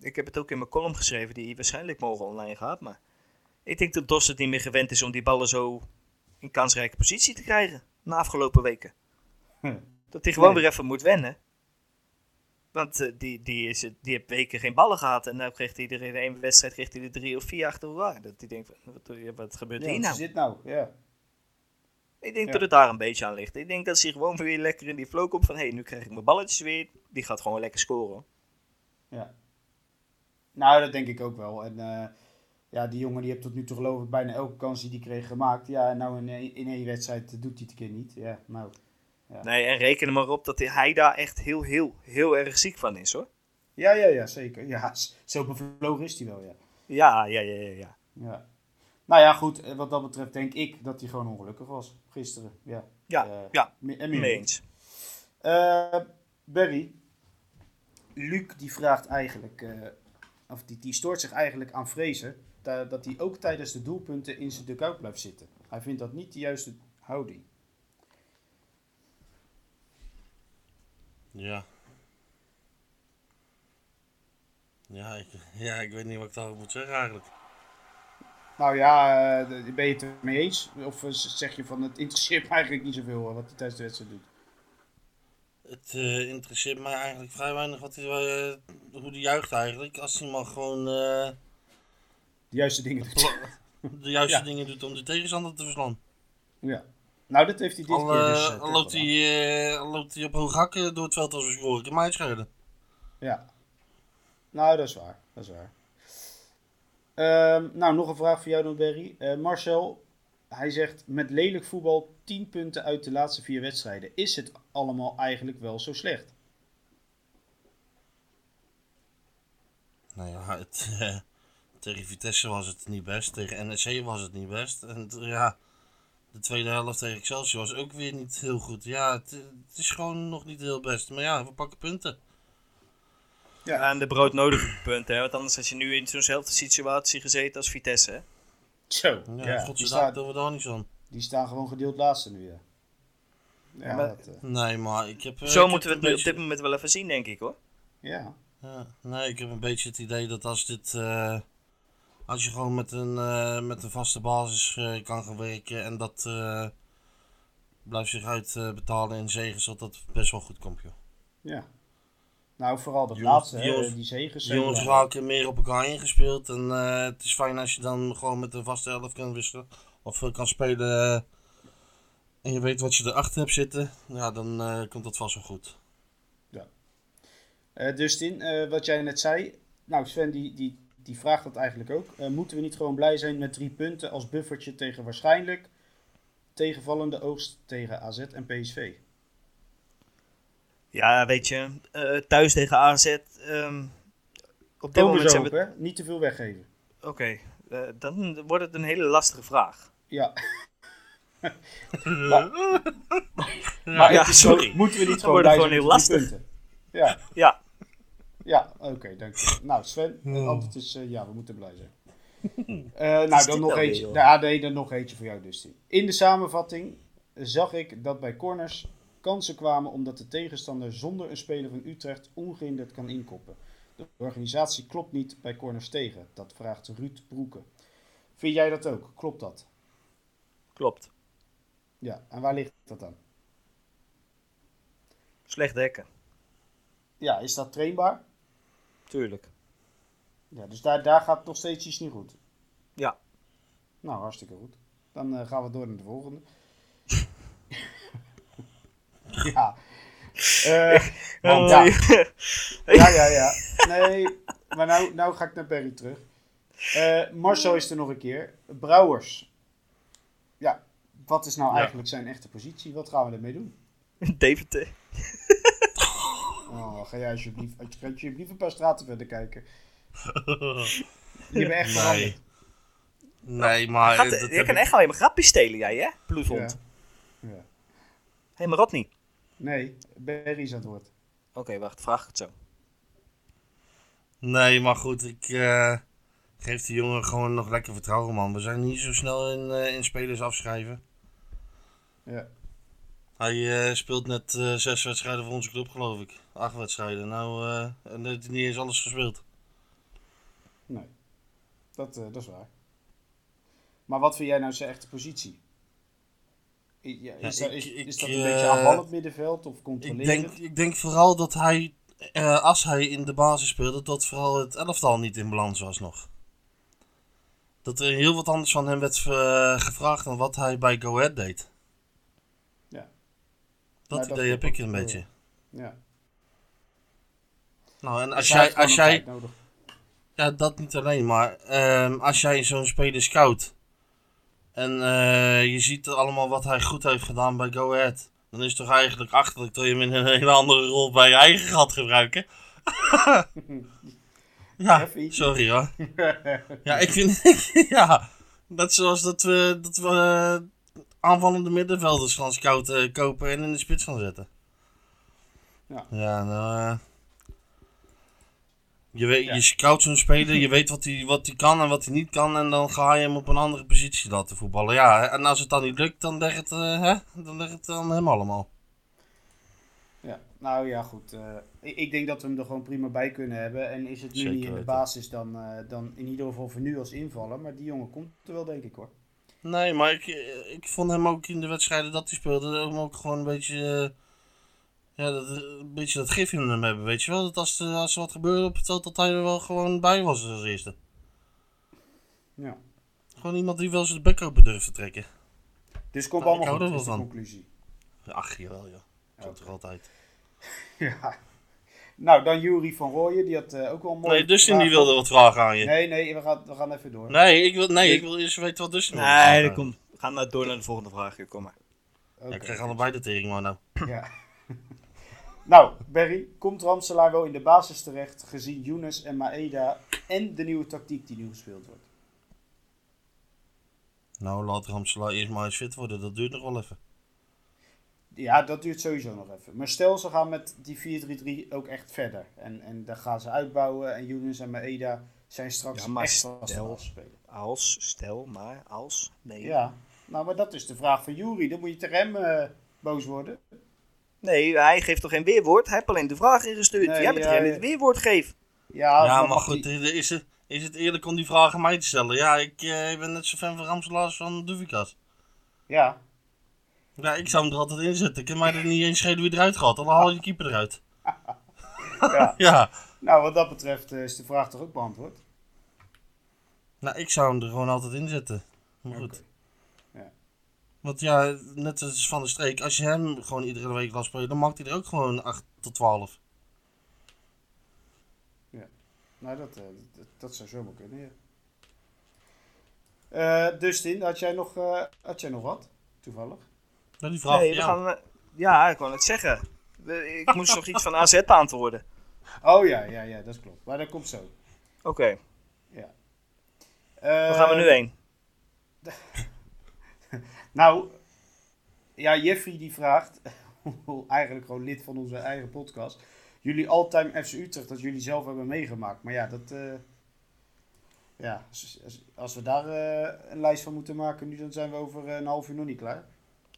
S2: ik heb het ook in mijn column geschreven, die waarschijnlijk morgen online gaat. Maar ik denk dat Dos het niet meer gewend is om die ballen zo in kansrijke positie te krijgen. Na afgelopen weken.
S1: Hm.
S2: Dat hij gewoon
S1: Nee.
S2: weer even moet wennen. Want eh, die, die, is, het- die heeft weken geen ballen gehad. En nu kreeg hij er in één wedstrijd kreeg hij er drie of vier achter elkaar. Dat hij denkt, van, wat, doe je- wat gebeurt
S1: Ja,
S2: hier
S1: wat
S2: nou?
S1: is dit nou? Ja.
S2: Ik denk
S1: Ja.
S2: dat het daar een beetje aan ligt. Ik denk dat ze gewoon weer lekker in die flow komt van... hé, hey, nu krijg ik mijn balletjes weer. Die gaat gewoon lekker scoren.
S1: Nou, dat denk ik ook wel. En eh, Ja, die jongen die heeft tot nu toe geloof ik bijna elke kans die die kreeg gemaakt. Ja, en nou in, één- in één wedstrijd eh, doet hij het een keer niet. Ja, nou.
S2: Nee, en reken er maar op dat hij daar echt heel, heel, heel erg ziek van is hoor.
S1: Ja, ja, ja, zeker. Ja, s- zo bevlogen is hij wel, ja.
S2: Ja, ja, ja, ja. ja.
S1: ja. Nou ja, goed. eh, Wat dat betreft denk ik dat hij gewoon ongelukkig was gisteren. Ja,
S2: Ja,
S1: Eh,
S2: ja.
S1: me-
S3: mm.
S1: en meer
S2: Mee
S1: niet.
S2: eens.
S1: Eh, Barry, Luc die vraagt eigenlijk, eh, of die, die stoort zich eigenlijk aan vrezen dat hij ook tijdens de doelpunten in zijn dugout blijft zitten. Hij vindt dat niet de juiste houding.
S3: Ja. Ja ik, ja, ik weet niet wat ik daarover moet zeggen eigenlijk.
S1: Nou ja, eh, d- ben je het ermee eens? Of eh, z- zeg je van het interesseert me eigenlijk niet zoveel eh, wat hij tijdens de wedstrijd doet?
S3: Het eh, interesseert mij eigenlijk vrij weinig wat hij, eh, hoe hij juicht eigenlijk. Als hij maar gewoon eh,
S1: De juiste dingen doet.
S3: de juiste
S1: Ja.
S3: dingen doet om de tegenstander te verslaan.
S1: ja. Nou, dat heeft hij dit
S3: Al,
S1: keer
S3: eh,
S1: dus. eh,
S3: al
S1: toch
S3: loopt, hij,
S1: gedaan.
S3: eh, al loopt hij op hoge hakken door het veld als we scoren. Kan mij het schelen.
S1: Ja. Nou, dat is waar. Dat is waar. Ehm, nou, nog een vraag voor jou dan, Berry. Eh, Marcel, hij zegt met lelijk voetbal 10 punten uit de laatste vier wedstrijden. Is het allemaal eigenlijk wel zo slecht?
S3: Nou ja, het, eh, tegen Vitesse was het niet best. Tegen NEC was het niet best. En eh, ja, de tweede helft tegen Excelsior was ook weer niet heel goed. Ja, het, het is gewoon nog niet heel best. Maar ja, we pakken punten.
S2: Ja, en de broodnodige punten, hè? want anders had je nu in zo'nzelfde situatie gezeten als Vitesse. Hè?
S3: Eh,
S1: Zo.
S3: Ja,
S1: Ja, die,
S3: godzijdank
S1: staan,
S3: doen we daar niks aan.
S1: die staan gewoon gedeeld laatste nu, ja. Ja,
S2: maar-
S1: dat, eh,
S3: Nee, maar ik heb... eh, ik
S2: Zo
S3: heb
S2: moeten we
S3: een
S2: het nu op
S3: beetje-
S2: dit moment wel even zien, denk ik hoor.
S1: ja.
S3: Ja, nee, ik heb een beetje het idee dat als dit. eh, als je gewoon met een, eh, met een vaste basis eh, kan gaan werken en dat eh, blijft zich uitbetalen betalen in zegens, dat dat best wel goed komt, joh.
S1: ja. Nou, vooral dat
S3: Die jongens-
S1: laatste,
S3: die
S1: hè,
S3: jongens-
S1: die
S3: De
S1: zegens.
S3: jongens raken meer op elkaar ingespeeld en eh, het is fijn als je dan gewoon met een vaste elf kan wisselen of eh, kan spelen eh, en je weet wat je erachter hebt zitten. Ja, dan eh, komt dat vast wel goed.
S1: Eh, Dustin, eh, wat jij net zei. Nou, Sven die, die, die vraagt dat eigenlijk ook. Eh, moeten we niet gewoon blij zijn met drie punten als buffertje tegen waarschijnlijk tegenvallende oogst tegen AZ en PSV?
S2: Ja, weet je, eh, thuis tegen AZ. ehm, op dit
S1: Komen
S2: moment
S1: zo
S2: zijn
S1: op,
S2: we.
S1: hè? Niet te veel weggeven.
S2: Oké, eh, dan wordt het een hele lastige vraag.
S1: Ja,
S2: Maar, ja,
S1: het is
S2: sorry.
S1: gewoon- moeten we niet
S2: Dan
S1: gewoon
S2: wordt
S1: blij
S2: het
S1: zijn met
S2: gewoon
S1: drie
S2: heel
S1: punten? Ja,
S2: Ja,
S1: ja oké, dank je. Nou, Sven, het antwoord is eh, ja, we moeten blij zijn. Eh, nou,
S2: dit
S1: dan
S2: nou
S1: nog
S2: weer,
S1: eentje.
S2: joh?
S1: Ja, nee, dan nog eentje voor jou, Dustin. In de samenvatting zag ik dat bij corners kansen kwamen omdat de tegenstander zonder een speler van Utrecht ongehinderd kan inkoppen. De organisatie klopt niet bij corners tegen. Dat vraagt Ruud Broeken. Vind jij dat ook? Klopt dat?
S2: klopt.
S1: Ja, en waar ligt dat dan?
S2: Slecht dekken,
S1: Ja, is dat trainbaar?
S2: tuurlijk.
S1: Ja, dus daar, daar gaat nog steeds iets niet goed.
S2: Ja.
S1: Nou, hartstikke goed. Dan eh, gaan we door naar de volgende. ja. Eh,
S2: Oh,
S1: want ja, ja, ja, ja. Nee, maar nou, nou ga ik naar Perry terug. Eh, Marcel is er nog een keer. Brouwers. Ja, wat is nou
S3: Ja.
S1: eigenlijk zijn echte positie? Wat gaan we ermee doen?
S2: Deventer.
S1: Oh, ga jij alsjeblieft, alsjeblieft een paar straten verder kijken. Je bent echt veranderd.
S3: Nee, maar.
S2: Gaat,
S3: eh, dat
S2: je
S3: heb
S2: kan
S3: ik-
S2: echt alleen maar grapjes stelen, jij hè? Bloedhond.
S1: Ja. Ja.
S2: Hé, maar Rodney.
S1: Nee, Berry is aan het woord.
S2: Oké, wacht, vraag ik het zo.
S3: Nee, maar goed, ik eh, geef die jongen gewoon nog lekker vertrouwen, man. We zijn niet zo snel in, eh, in spelers afschrijven.
S1: Ja.
S3: Hij eh, speelt net eh, zes wedstrijden voor onze club, geloof ik. Acht wedstrijden. Nou, eh en heeft hij niet eens alles gespeeld.
S1: Nee, dat, eh, dat is waar. Maar wat vind jij nou zijn echte positie? I- ja, is,
S3: Ja,
S1: dat,
S3: ik-
S1: is,
S3: ik,
S1: is dat een
S3: eh,
S1: beetje aanvallend middenveld of
S3: Ik
S1: controleren?
S3: denk, ik denk vooral dat hij, eh, als hij in de basis speelde, dat vooral het elftal niet in balans was nog. Dat er heel wat anders van hem werd eh, gevraagd dan wat hij bij Go Ahead deed.
S1: Ja.
S3: Dat
S1: Maar dat
S3: idee heb
S1: klopt
S3: ik een
S1: ook,
S3: beetje.
S1: Ja.
S3: Nou, en
S1: Dus
S3: als
S1: hij
S3: jij,
S1: heeft
S3: Nou, als
S1: gewoon een
S3: jij,
S1: tijd nodig.
S3: Ja, dat niet alleen, maar ehm, als jij zo'n speler scout en eh, je ziet allemaal wat hij goed heeft gedaan bij Go Ahead, dan is het toch eigenlijk achterlijk dat je hem in een hele andere rol bij je eigen gaat gebruiken. ja,
S1: Heffy.
S3: sorry hoor. Ja, ik vind, ja, dat is zoals dat we, dat we eh, aanvallende middenvelders gaan scouten, eh, kopen en in de spits gaan zetten.
S1: Ja.
S3: Ja, nou, eh, je, weet,
S1: Ja.
S3: je scout zo'n speler, je weet wat hij wat die kan en wat hij niet kan. En dan ga je hem op een andere positie laten voetballen. Ja, en als het dan niet lukt, dan leg het, eh, hè? Dan leg het aan hem allemaal.
S1: Ja, nou ja, goed. eh, ik, ik denk dat we hem er gewoon prima bij kunnen hebben. En is het nu
S3: Zeker
S1: niet in de
S3: weten.
S1: basis, dan, eh, dan in ieder geval voor nu als invallen. Maar die jongen komt er wel, denk ik hoor.
S3: Nee, maar ik, eh, ik vond hem ook in de wedstrijden dat hij speelde, hem ook gewoon een beetje, eh, ja, dat, eh, een beetje dat gif in hem hebben, weet je wel. Dat als, er- als er wat gebeurde op het veld, dat hij er wel gewoon bij was als eerste.
S1: Ja.
S3: Gewoon iemand die wel zijn bek open durft te trekken.
S1: Dus komt
S3: Nou, ik
S1: allemaal
S3: hou
S1: goed,
S3: er
S1: is de
S3: wel van.
S1: conclusie.
S3: Ach, jawel, ja. Zo
S1: Oké.
S3: toch altijd.
S1: Ja. Nou, dan Jury van Rooyen, die had eh, ook wel een mooie
S3: Nee, Dustin die
S1: vraag.
S3: wilde wat vragen aan je.
S1: Nee, nee, we gaan, we gaan even door.
S3: Nee, ik wil, nee, ik wil eerst weten wat dus Dustin wilde
S2: Nee,
S3: vragen.
S2: dat komt. We gaan maar door naar de volgende vraag. joh, Kom maar.
S1: Oké.
S3: Ja, ik krijg allebei de tering, maar nou.
S1: Ja. nou, Barry, komt Ramselaar wel in de basis terecht, gezien Younes en Maeda en de nieuwe tactiek die nu gespeeld wordt?
S3: Nou, laat Ramselaar eerst maar eens fit worden, dat duurt nog wel even.
S1: Ja, dat duurt sowieso nog even. Maar stel, ze gaan met die 4-3-3 ook echt verder. En, en dan gaan ze uitbouwen en Younes en Maeda zijn straks
S2: Ja, maar
S1: echt vast
S2: stel-
S1: aan het spelen.
S2: Als, stel, maar, als, nee.
S1: Ja, nou, maar dat is de vraag van Jury. Dan moet je tegen hem eh, boos worden.
S2: Nee, hij geeft toch geen weerwoord? Hij heeft alleen de vraag ingestuurd.
S1: Nee,
S2: Jij bent
S1: ja,
S2: degene
S1: ja.
S2: die het weerwoord geeft.
S1: Ja,
S3: ja,
S1: dan
S3: maar
S1: mag
S3: goed,
S1: die-
S3: eh, is, het, is het eerlijk om die vragen aan mij te stellen? Ja, ik eh, ben net zo fan van Ramselaar als van Doevikas.
S1: Ja,
S3: Ja, ik zou hem er altijd in zetten. Ik kan mij er niet eens schelen wie eruit gaat. Dan haal je de keeper eruit.
S1: ja.
S3: Ja,
S1: Nou, wat dat betreft eh, is de vraag toch ook beantwoord?
S3: nou, ik zou hem er gewoon altijd in zetten. Maar goed.
S1: Ja.
S3: Want ja, net als Van der Streek, als je hem gewoon iedere week laat spelen, dan maakt hij er ook gewoon 8 tot 12.
S1: Nou, dat, eh, dat, dat zou zomaar kunnen, ja. Eh, Dustin, had jij, nog, eh, had jij nog wat? Toevallig.
S3: Nou, die vraag
S2: nee,
S3: voor
S2: we
S3: jou.
S2: gaan... eh, Ja, ik wou het zeggen. We- Ik moest nog iets van AZ beantwoorden.
S1: Oh ja, ja, ja, dat klopt. Maar dat komt zo.
S2: Oké,
S1: Eh,
S2: waar gaan we nu heen?
S1: Nou, ja, Jeffrey die vraagt, eigenlijk gewoon lid van onze eigen podcast, jullie all-time FC Utrecht dat jullie zelf hebben meegemaakt. Maar ja, dat, eh, ja, als, als- als we daar eh, een lijst van moeten maken nu, dan zijn we over eh, een half uur nog niet klaar.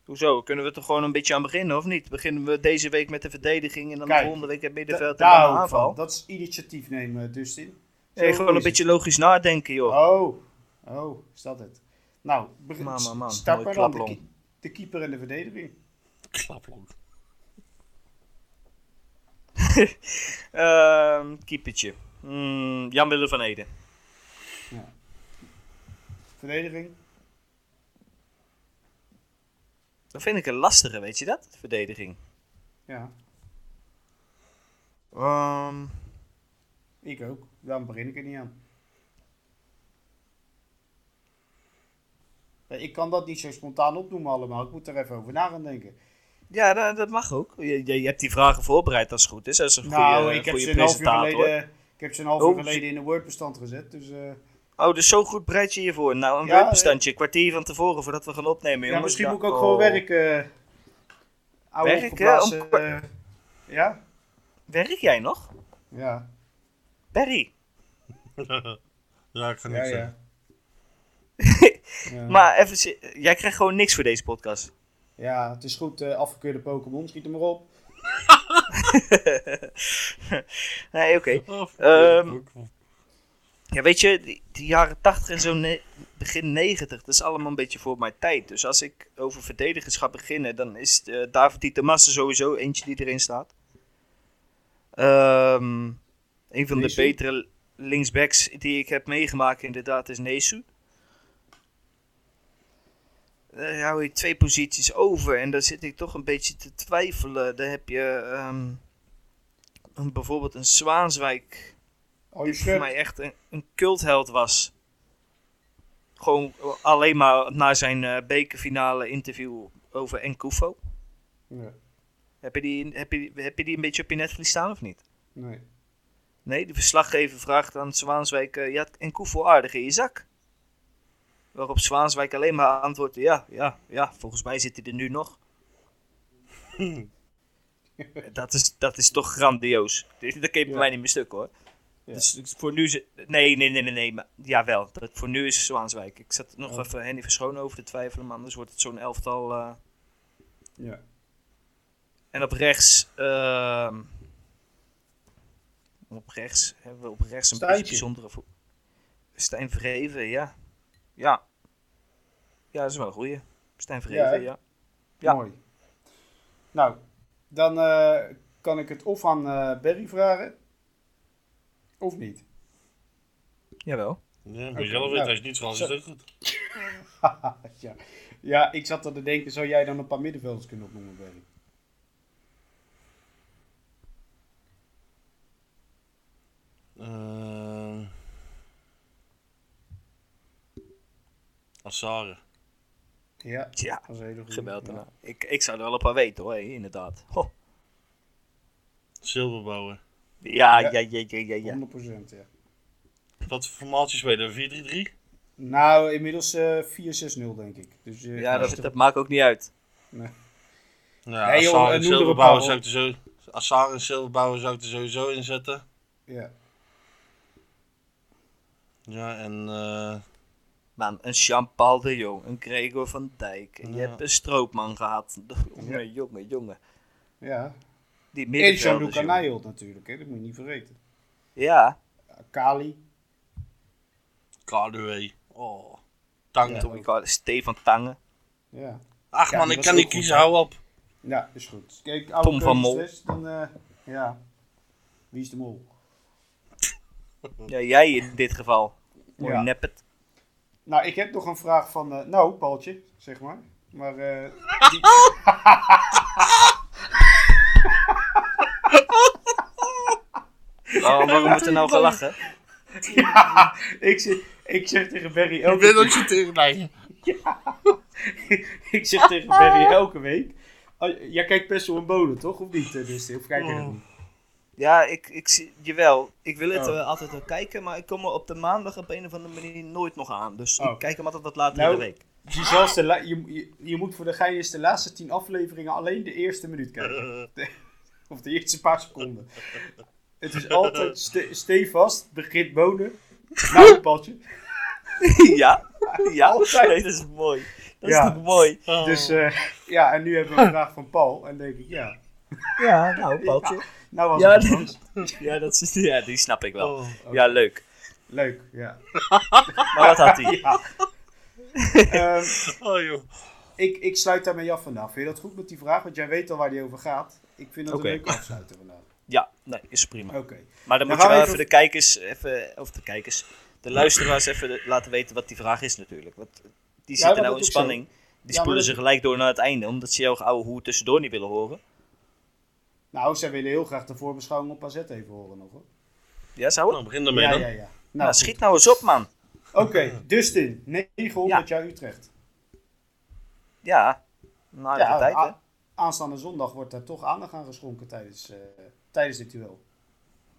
S2: Hoezo? Kunnen we er gewoon een beetje aan beginnen, of niet? Beginnen we deze week met de verdediging en dan
S1: Kijk,
S2: de volgende week het
S1: Da-
S2: middenveld en
S1: daar
S2: dan
S1: hou
S2: de
S1: ik
S2: aanval?
S1: van. Dat is initiatief nemen, Dustin.
S2: Nee,
S1: Zo
S2: gewoon
S1: is
S2: een beetje logisch nadenken, joh.
S1: Oh, oh, is dat het? Nou, begin,
S2: Man, man, man.
S1: start
S2: Mooie
S1: maar dan de,
S2: klaplong.
S1: ki- de keeper en de verdediging.
S3: Klaplong.
S2: Ehm keepertje. Mm, Jan-Willem van Ede.
S1: Verdediging?
S2: Dat vind ik een lastige, weet je dat? Verdediging.
S1: Ja,
S2: Ehm,
S1: ik ook. Daarom begin ik er niet aan. Ja, Ik kan dat niet zo spontaan opnoemen allemaal. Ik moet er even over na gaan denken.
S2: ja, dat, dat mag ook. Je, je, je hebt die vragen voorbereid als het goed is. Dat is een
S1: nou,
S2: goede,
S1: ik heb,
S2: goede
S1: ze een half uur
S2: eh, presentator.
S1: geleden, ik heb ze een half
S2: Oh,
S1: uur
S2: ze-
S1: geleden in een Word-bestand gezet. Dus, eh,
S2: Oh, dus zo goed bereid je je voor. Nou, een
S1: Ja, eh,
S2: webbestandje, een kwartier van tevoren voordat we gaan opnemen.
S1: ja,
S2: jongens.
S1: misschien
S2: Ja.
S1: moet ik ook
S2: Oh.
S1: gewoon werken. eh, Oude
S2: Werken?
S1: opgeblazen,
S2: Om-
S1: eh, ja?
S2: Werk jij nog?
S1: Ja.
S2: Barry.
S3: ja, ik ga
S1: Ja,
S3: niks zeggen.
S1: ja. Ja.
S2: Maar even, se- jij krijgt gewoon niks voor deze podcast.
S1: Ja, het is goed. eh, afgekeurde Pokémon, schiet hem maar op.
S2: nee, oké.
S3: Oh,
S2: Ehm, Ja, weet je, die, die jaren 80 en zo ne- begin 90, dat is allemaal een beetje voor mijn tijd. Dus als ik over verdedigers ga beginnen, dan is eh, David Di Tommaso sowieso eentje die erin staat. Ehm, een van de
S1: Nesu?
S2: betere linksbacks die ik heb meegemaakt inderdaad is Nesu. Daar hou je twee posities over en daar zit ik toch een beetje te twijfelen. Daar heb je ehm, een, bijvoorbeeld een Zwaanswijk
S1: Al je
S2: die voor
S1: shirt.
S2: mij echt een, een cultheld was. Gewoon alleen maar na zijn eh, bekerfinale interview over Enkufo.
S1: Ja,
S2: Heb je, die, heb, je, heb je die een beetje op je netvlies staan of niet?
S1: nee.
S2: Nee, de verslaggever vraagt aan Zwaanswijk, eh, je had Enkufo aardig in je zak. Waarop Zwaanswijk alleen maar antwoordt, ja, ja, ja, volgens mij zit hij er nu nog. dat, is, dat is toch grandioos. Dat keep
S1: Ja.
S2: mij niet meer stuk hoor.
S1: Ja.
S2: Dus dus voor nu... ze- Nee, nee, nee, nee, nee. Maar, jawel, dat, voor nu is Zwaanswijk. Ik zat nog
S3: Oh.
S2: even Henny Verschoon over te twijfelen, maar anders wordt het zo'n elftal... eh,
S1: Ja.
S2: En op rechts. ehm, op rechts hebben we op rechts een
S1: Stijntje.
S2: beetje bijzondere voet. Stijn Vreven, ja. Ja. Ja, dat is wel een goeie. Stijn
S1: Ja, hè?
S2: Vreven, ja. Ja.
S1: Mooi. Nou, dan eh, kan ik het of aan eh, Barry vragen. Of niet.
S2: Jawel.
S3: Ja,
S1: Oké,
S3: maar zelf weet
S1: nou,
S3: hij is niet Frans, is ook goed.
S1: ja. ja, ik zat er te denken, zou jij dan een paar middenvelders kunnen opnoemen, Barry?
S3: Eh, Ehm Oh, Assare.
S1: Ja,
S2: Ja,
S1: dat is een hele goede.
S2: geweldig.
S1: Ja.
S2: Ik, ik zou er wel een paar weten hoor, hé, inderdaad. Ho.
S3: Silverbouwer.
S2: Ja,
S1: Ja.
S2: ja, ja, ja, ja, ja.
S1: 100% ja.
S3: Wat voor formatie spelen we? 4-3-3?
S1: Nou, inmiddels eh 4-6-0 denk ik. Dus, eh,
S2: Ja, dat,
S1: is
S2: dat maakt ook niet uit.
S3: Nou,
S1: Nee, joh,
S3: Assare
S1: eh,
S3: en
S1: noem er een
S3: Silverbouwer
S1: paar
S3: zou ik er zo... Assare en Silverbouwer zou ik er sowieso in zetten.
S1: ja.
S3: Ja, en... eh
S2: Man, een Jean-Paul de Jong, een Gregor van Dijk. En je
S3: Ja.
S2: hebt een Stroopman gehad. Jongen, jongen, jongen.
S1: ja.
S2: Die
S1: En
S2: middenvelders,
S1: Gianluca
S2: dus jongen.
S1: Nijholt natuurlijk, hè? dat moet je niet vergeten.
S2: Ja,
S1: Kali.
S3: Cardaway. Oh. Tank.
S1: Ja.
S2: Tommy Carter, Stefan Tangen.
S1: Ja.
S3: Ach
S1: Ja,
S3: man,
S1: die
S3: ik
S1: was
S3: kan
S1: ook
S3: niet
S1: goed,
S3: kiezen,
S1: hè?
S3: hou op.
S1: ja, is goed. Kijk, oude
S2: Tom van Mol.
S1: keuzes, Dan, eh, ja. Wie is de mol?
S2: Ja, jij in dit geval. Mooi
S1: Ja.
S2: neppet.
S1: Nou, ik heb nog een vraag van, eh, nou, Paltje, zeg maar. Maar, eh, die-
S2: Oh, waarom wordt er nou gelachen?
S1: ja, ik, zeg, ik zeg tegen Barry elke
S3: ook zo tegen mij.
S1: ik zeg tegen Barry elke week. Oh, jij kijkt best wel een bodem, toch? Of niet? eh, Dus, of kijk je
S3: Oh.
S1: dat niet?
S2: Ja, ik, ik zie, jawel. Ik wil het
S1: Oh.
S2: eh, altijd wel kijken, maar ik kom er op de maandag op een of andere manier nooit nog aan. Dus
S1: Oh.
S2: ik kijk hem altijd wat later
S1: Nou.
S2: in de week.
S1: Je, zelfs de la- je, je, je moet voor de gein eens de laatste tien afleveringen alleen de eerste minuut kijken. Of de eerste paar seconden. Het is altijd ste stevast, begint bonen. Nou, Paltje.
S2: ja, ja.
S1: Altijd.
S2: Nee, dat is mooi. Dat
S1: Ja.
S2: is toch mooi.
S3: Oh.
S1: Dus eh, ja, en nu hebben we een vraag van Paul. En denk ik, ja,
S2: Ja, nou, Paltje.
S1: nou was
S2: Ja,
S1: het
S2: dat-
S1: langs.
S2: Ja, dat is, ja, die snap ik wel.
S3: Oh.
S2: Ja, leuk.
S1: Leuk, ja.
S2: Maar wat had hij?
S1: Ehm,
S3: Oh, joh.
S1: ik, ik sluit daarmee af vandaag. Vind je dat goed met die vraag? Want jij weet al waar die over gaat. Ik vind dat
S2: Oké.
S1: een leuke afsluiter vandaag.
S2: Ja, nee, is prima.
S1: Oké.
S2: Maar dan
S1: Dan
S2: moet je
S1: gaan
S2: wel
S1: we
S2: even de kijkers, even, of de kijkers, de luisteraars even de- laten weten wat die vraag is natuurlijk. Want die
S1: Ja, dat
S2: zitten nou
S1: is
S2: in
S1: ook
S2: spanning. Die
S1: Ja, maar
S2: spoelen
S1: dat-
S2: ze gelijk door naar het einde, omdat ze jouw ouwe hoe tussendoor niet willen horen.
S1: Nou, zij willen heel graag de voorbeschouwing op AZ even horen nog hoor.
S2: Ja, zou het?
S3: Nou, begin ermee
S1: Ja,
S3: dan.
S1: ja, ja.
S2: Nou,
S1: Nou,
S2: schiet nou eens op, man.
S1: Oké, Dustin, 900 jaar Utrecht.
S2: Ja, na de tijd, hè?
S1: a- aanstaande zondag wordt daar toch aandacht aan geschonken tijdens, eh, tijdens dit duel.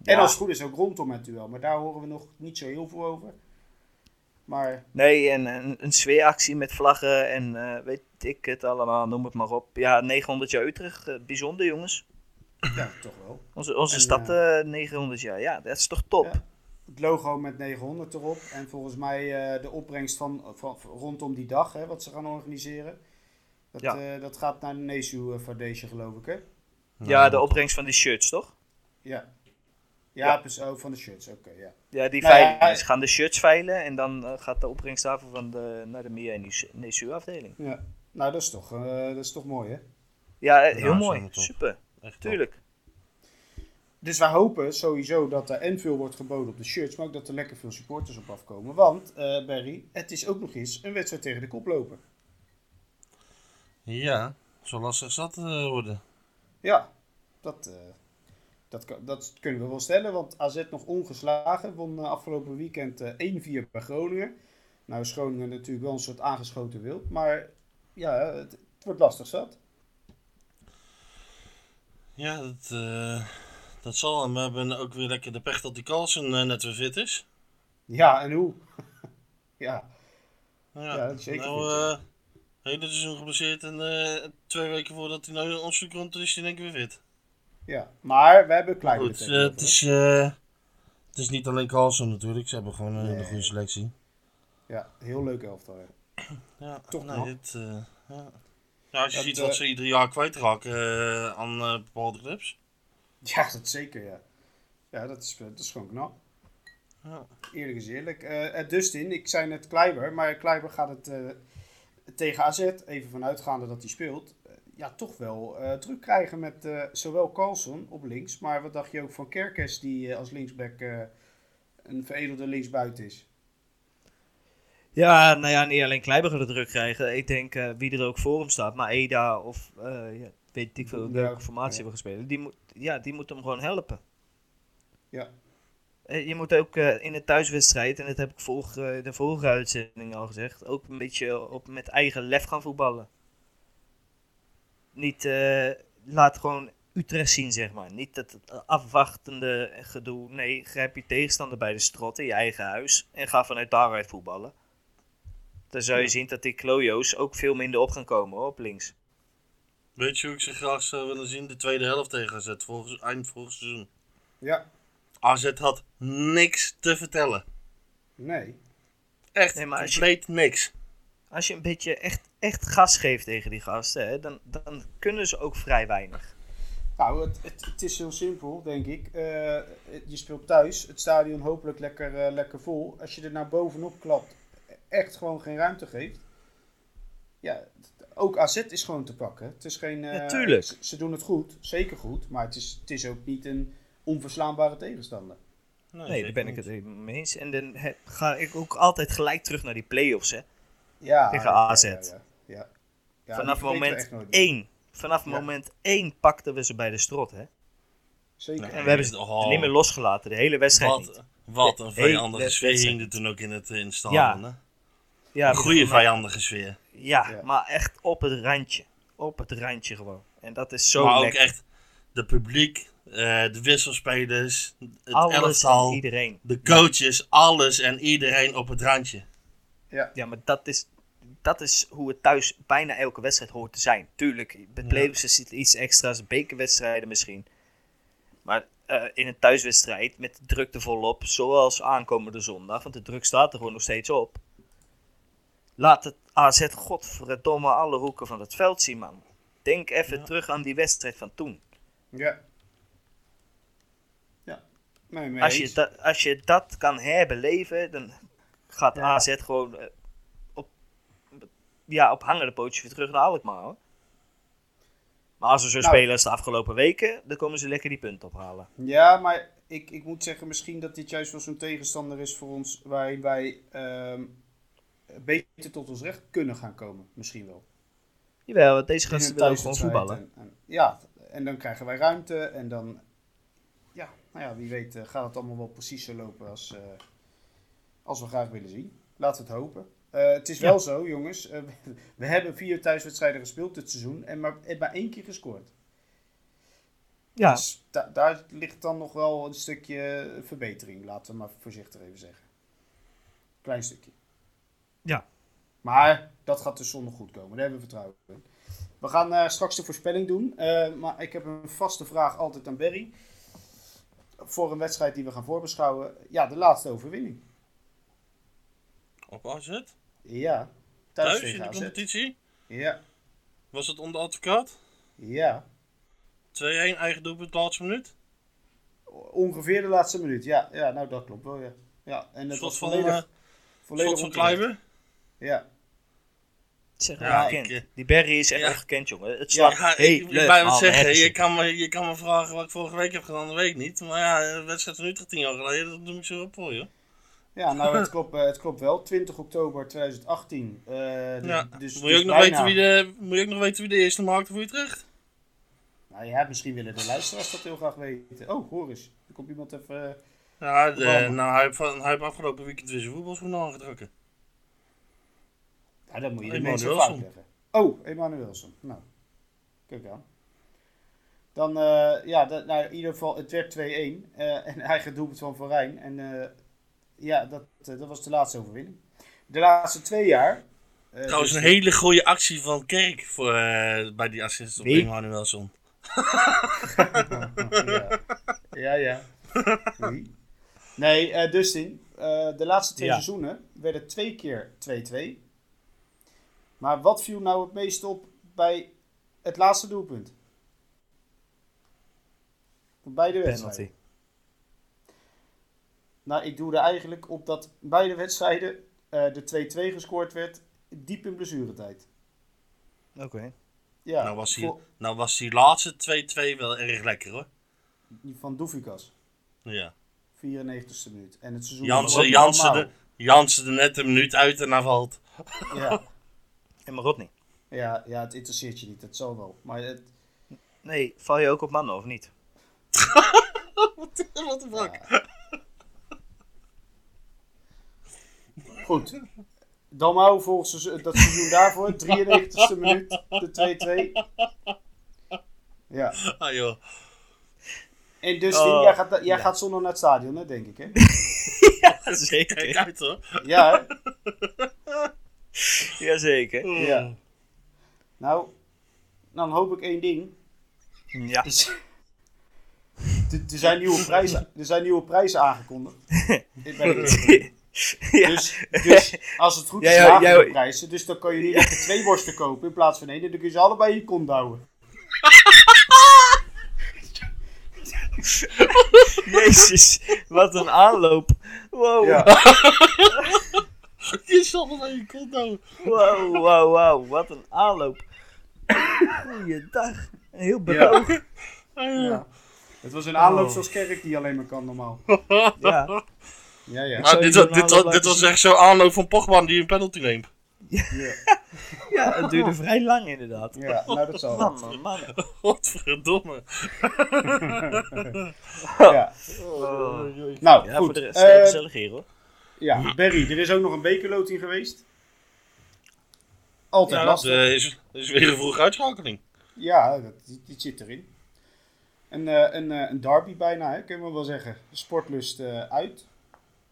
S1: En
S2: Ja.
S1: als het goed is ook rondom het duel, maar daar horen we nog niet zo heel veel over. Maar
S2: Nee, en een, een sfeeractie met vlaggen en eh, weet ik het allemaal, noem het maar op. Ja, 900 jaar Utrecht, eh, bijzonder jongens.
S1: ja, toch wel.
S2: Onze, onze
S1: En,
S2: stad eh, 900 jaar, ja, dat is toch top.
S1: Ja. Het logo met 900 erop. En volgens mij eh, de opbrengst van, van, van rondom die dag, hè, wat ze gaan organiseren. Dat,
S2: Ja.
S1: eh, dat gaat naar de Nesu eh, Foundation, geloof ik, hè?
S2: Ja, de opbrengst van die shirts, toch?
S1: Ja. Ja,
S2: Ja.
S1: precies. Oh, van de shirts, oké, ja.
S2: Ja, eh, die
S1: Nou ja,
S2: veiling.
S1: hij-
S2: Ze gaan de shirts veilen en dan eh, gaat de opbrengst daarvan van de, naar de Mia en Nesu afdeling.
S1: Ja, nou dat is toch, eh, dat is toch mooi hè?
S2: Ja, eh, heel
S3: Ja,
S2: mooi.
S3: zijn we top.
S2: Super.
S3: Echt top.
S2: Tuurlijk.
S1: Dus wij hopen sowieso dat er en veel wordt geboden op de shirts, maar ook dat er lekker veel supporters op afkomen. Want, eh, Barry, het is ook nog eens een wedstrijd tegen de koploper.
S3: Ja, zo lastig zat te worden.
S1: Ja, dat, eh, Dat, kan- dat kunnen we wel stellen, want AZ nog ongeslagen. Won eh, afgelopen weekend eh, 1-4 bij Groningen. Nou is Groningen natuurlijk wel een soort aangeschoten wild. Maar ja, het, het wordt lastig zat.
S3: Ja, dat, eh, dat zal. En we hebben ook weer lekker de pech dat die Carlsen eh, net weer fit is.
S1: Ja, en hoe? ja, Ja, dat is zeker
S3: Nou,
S1: fit,
S3: eh, hele seizoen geblesseerd en eh, twee weken voordat hij nou in ons komt, is hij denk ik weer fit.
S1: ja. Maar we hebben klein
S3: Goed, eh, het, is, eh, het is niet alleen Carlsen natuurlijk. Ze hebben gewoon een hele
S1: Nee.
S3: goede selectie.
S1: Ja, heel leuk elftal. hè.
S3: Ja,
S1: Toch
S3: nou,
S1: knap.
S3: dit, eh, ja. ja, als je
S1: Dat,
S3: ziet
S1: eh,
S3: wat ze ieder jaar kwijtraken eh, aan eh, bepaalde clubs.
S1: Ja, dat zeker, ja. Ja, dat is, eh, dat is gewoon knap.
S3: Ja.
S1: Eerlijk is eerlijk. Eh, eh, Dustin, ik zei net Kleiber, maar Kleiber gaat het eh, tegen AZ, even vanuitgaande dat hij speelt, eh, ja, toch wel eh, druk krijgen met eh, zowel Carlson op links, maar wat dacht je ook van Kerkes, die eh, als linksback eh, een veredelde linksbuiten is?
S2: Ja, nou ja, niet alleen Kleiber gaat de druk krijgen. Ik denk eh, wie er ook voor hem staat, maar Eda of eh, ja, weet ik veel
S1: Ja,
S2: welke formatie
S1: ja.
S2: we gaan spelen. Die moet, ja, die moet hem gewoon helpen.
S1: Ja.
S2: Eh, Je moet ook eh, in de thuiswedstrijd, en dat heb ik volg, eh, de vorige uitzending al gezegd, ook een beetje op, met eigen lef gaan voetballen. Niet, eh, laat gewoon Utrecht zien, zeg maar. Niet dat het afwachtende gedoe. Nee, grijp je tegenstander bij de strot in je eigen huis en ga vanuit daaruit voetballen. Dan zou je zien dat die klojo's ook veel minder op gaan komen hoor, op links.
S3: Weet je hoe ik ze graag zou willen zien? De tweede helft tegen AZ, volgens, eind vorig seizoen.
S1: Ja,
S3: AZ had niks te vertellen.
S1: nee.
S3: Echt,
S2: Nee, maar als je-
S3: compleet niks.
S2: Als je een beetje echt, echt gas geeft tegen die gasten, hè, dan, dan kunnen ze ook vrij weinig.
S1: Nou, het, het, het is heel simpel, denk ik. Eh, je speelt thuis, het stadion hopelijk lekker, eh, lekker vol. Als je er naar bovenop klapt, echt gewoon geen ruimte geeft. Ja, t- ook AZ is gewoon te pakken. Het is geen. eh,
S2: Ja, tuurlijk.
S1: Ze, ze doen het goed, zeker goed. Maar het is, het is ook niet een onverslaanbare tegenstander.
S2: Nee, daar
S3: zeker
S2: ben ik
S3: niet.
S2: het helemaal mee eens. En dan he- ga ik ook altijd gelijk terug naar die play-offs. Hè.
S1: Ja,
S2: Tegen
S1: ja,
S2: AZ.
S1: Ja, ja, ja. Ja, die
S2: vanaf
S1: vergeten we
S2: moment
S1: echt nooit meer.
S2: 1. Vanaf
S1: Ja.
S2: moment 1 pakten we ze bij de strot. Hè.
S1: Zeker.
S2: En we hebben ze
S3: oh.
S2: niet meer losgelaten. De hele wedstrijd niet.
S3: Wat, wat een
S2: De
S3: vijandige
S2: hele
S3: sfeer
S2: wedstrijd.
S3: hing er toen ook in het, in het
S2: Ja,
S3: stadion. hè?
S2: Ja,
S3: Een goede
S2: maar-
S3: vijandige sfeer.
S2: Ja,
S1: Ja.
S2: maar echt op het randje. Op het randje gewoon. En dat is zo
S3: maar ook
S2: lekker.
S3: echt de publiek, eh, de wisselspelers, het
S2: Alles en
S3: elftal,
S2: iedereen.
S3: de coaches, alles en iedereen op het randje.
S2: Ja, maar dat is, dat is hoe het thuis bijna elke wedstrijd hoort te zijn. Tuurlijk, bij playoffs is het iets extra's, bekerwedstrijden misschien. Maar eh, in een thuiswedstrijd met de druk er volop, zoals aankomende zondag, want de druk staat er gewoon nog steeds op. Laat het AZ godverdomme alle hoeken van het veld zien, man. Denk even
S3: Ja.
S2: terug aan die wedstrijd van toen.
S1: Ja. Ja. Nee, mee
S2: Als je,
S1: eens.
S2: da- als je dat kan herbeleven, dan gaat
S1: Ja.
S2: AZ gewoon eh, op, ja, op hangende pootjes weer terug naar Alkmaar. Hoor. Maar als we zo
S1: Nou.
S2: spelen als de afgelopen weken, dan komen ze lekker die punten ophalen.
S1: Ja, maar ik, ik moet zeggen misschien dat dit juist wel zo'n tegenstander is voor ons... waarin wij ehm, beter tot ons recht kunnen gaan komen, misschien wel.
S2: Jawel, want deze
S1: In
S2: gasten
S1: een
S2: willen ook gewoon
S1: thuiswedstrijd En,
S2: voetballen.
S1: en- ja, en dan krijgen wij ruimte en dan... Ja, nou ja, wie weet eh, gaat het allemaal wel precies zo lopen als, eh, als we graag willen zien. Laten we het hopen. Eh, het is
S2: Ja.
S1: wel zo, jongens. eh, we- we hebben vier thuiswedstrijden gespeeld dit seizoen en maar, en maar één keer gescoord.
S2: Ja,
S1: Dus da- daar ligt dan nog wel een stukje verbetering, laten we maar voorzichtig even zeggen. Klein stukje.
S2: Ja.
S1: Maar dat gaat dus zondag goed komen, daar hebben we vertrouwen in. We gaan eh, straks de voorspelling doen, eh, maar ik heb een vaste vraag altijd aan Berry. Voor een wedstrijd die we gaan voorbeschouwen. Ja, de laatste overwinning.
S3: Op AZ?
S1: Ja.
S3: Thuis in
S1: tegen
S3: de
S1: AZ.
S3: competitie?
S1: Ja.
S3: Was het onder advocaat? 2-1,
S1: Ja.
S3: eigen doelpunt, laatste minuut.
S1: Ongeveer de laatste minuut. Ja, ja nou dat klopt wel, ja. ja en dat
S3: Schot
S1: was
S3: van,
S1: volledig...
S3: eh,
S1: volledig
S3: Schot van
S1: onterecht.
S3: Kluiver.
S1: Ja.
S2: zeg
S3: Ja,
S2: maar ongekend.
S3: ik, eh,
S2: Die Berry is echt
S3: ja.
S2: ongekend, jongen. Het Ah,
S3: Ja,
S2: slaat
S3: ik-
S2: heel
S3: ik
S2: leuk Oh,
S3: blijf het
S2: aan,
S3: zeggen.
S2: hè.
S3: Je kan, me, je kan me vragen wat ik vorige week heb gedaan, dat weet ik niet. Maar ja, de wedstrijd van Utrecht tien jaar geleden, dat doe ik zo op voor je.
S1: Ja, nou, het klopt, eh, het klopt wel. 20 oktober 2018. eh, dus-
S3: Ja.
S1: dus,
S3: moet, je ook
S1: dus
S3: nog weten
S1: bijna.
S3: wie de, moet je ook nog weten wie de eerste maakte voor Utrecht?
S1: Nou ja, misschien willen de luisteraars dat heel graag weten. Oh, hoor eens. Er komt iemand even... eh,
S3: Ja, de-
S1: Obama.
S3: nou, hij heeft, van- hij heeft afgelopen weekend weer zijn voetbalschoenen aangetrokken.
S1: Ja, dat moet je de
S3: Emmanuel
S1: mensen vaak
S3: Wilson.
S1: zeggen. Oh, Emanuelson. Nou, kijk aan. Dan, eh, ja, dat, nou, in ieder geval, het werd 2-1. eh, en eigen doelpunt van Van Rijn. En eh, ja, dat, eh, dat was de laatste overwinning. De laatste twee jaar... eh,
S3: Trouwens,
S1: dus-
S3: een hele goede actie van Kerk voor, eh, bij die assist op
S2: Wie?
S3: Emanuelson.
S1: ja, ja. ja. Wie? Nee, eh, Dustin, eh, de laatste twee
S2: Ja.
S1: seizoenen werden twee keer 2-2. Maar wat viel nou het meest op bij het laatste doelpunt? Van beide wedstrijden.
S2: Penalty.
S1: Nou, ik doe er eigenlijk op dat beide wedstrijden eh, de 2-2 gescoord werd, diep in blessuretijd.
S2: Oké.
S1: Ja,
S3: nou, was die,
S1: voor-
S3: nou was die laatste 2-2 wel erg lekker hoor.
S1: van Doefikas,
S3: Ja.
S1: 94ste minuut. En het seizoen
S3: Jansen,
S1: erop
S3: Jansen,
S1: allemaal.
S3: de, Jansen er net een minuut uit en hij valt.
S1: Ja.
S2: En Marotny.
S1: Ja, ja, het interesseert je niet, dat zal wel. Maar het,
S2: Nee, val je ook op mannen of niet?
S3: What the fuck?
S1: goed. Dalmau volgens seizoen- dat seizoen daarvoor, 93 e minuut, de 2-2. Ja.
S3: Ah joh.
S1: En Dustin,
S2: Oh,
S1: jij, gaat, jij
S2: ja.
S1: gaat zondag naar het stadion, hè, denk ik, hè?
S2: ja,
S3: Kijk
S2: zeker.
S3: uit hoor.
S1: Ja, hè?
S2: Ja, zeker.
S1: Ja. Nou, dan hoop ik één ding.
S2: Ja.
S1: Er er zijn nieuwe prijzen, er zijn nieuwe prijzen aangekondigd. Ik ben er-
S2: ja.
S1: Dus, dus als het goed is,
S2: Jij-
S1: lagen
S2: jij-
S1: de prijzen. Dus dan kan je niet lekker twee worsten kopen in plaats van één. En dan kun je ze allebei in je kont houden.
S2: Jezus, wat een aanloop. Wow,
S3: Je zal wel aan je kont
S1: nou.
S3: houden.
S2: wow, wow, wow, wat een aanloop. Goeiedag. Heel beroofd.
S3: Ah,
S1: Ja. Het was een aanloop
S2: Oh.
S1: zoals Kerk die alleen maar kan normaal.
S2: Ja.
S1: Ja, ja.
S3: Nou, dit,
S2: Zou
S3: was,
S2: je
S3: dit,
S2: dan
S3: was, dit was
S2: laten
S3: echt zo'n aanloop van Pogba die een penalty neemt.
S1: Ja,
S2: ja, het duurde vrij lang inderdaad.
S1: ja nou dat zal wel.
S2: Man, man, man.
S3: Godverdomme.
S1: Ja. Nou, goed.
S2: Ja, voor de rest
S1: Eh,
S2: eh, gezellig hier hoor.
S1: ja, Barry, er is ook nog een bekerloting geweest. Altijd
S3: Ja, dat
S1: lastig.
S3: eh, is, is weer een vroege uitschakeling.
S2: eh,
S1: Ja, dat, die, die zit erin. Een, eh, een, eh, een derby bijna, hè, kunnen we wel zeggen. Sportlust eh, uit.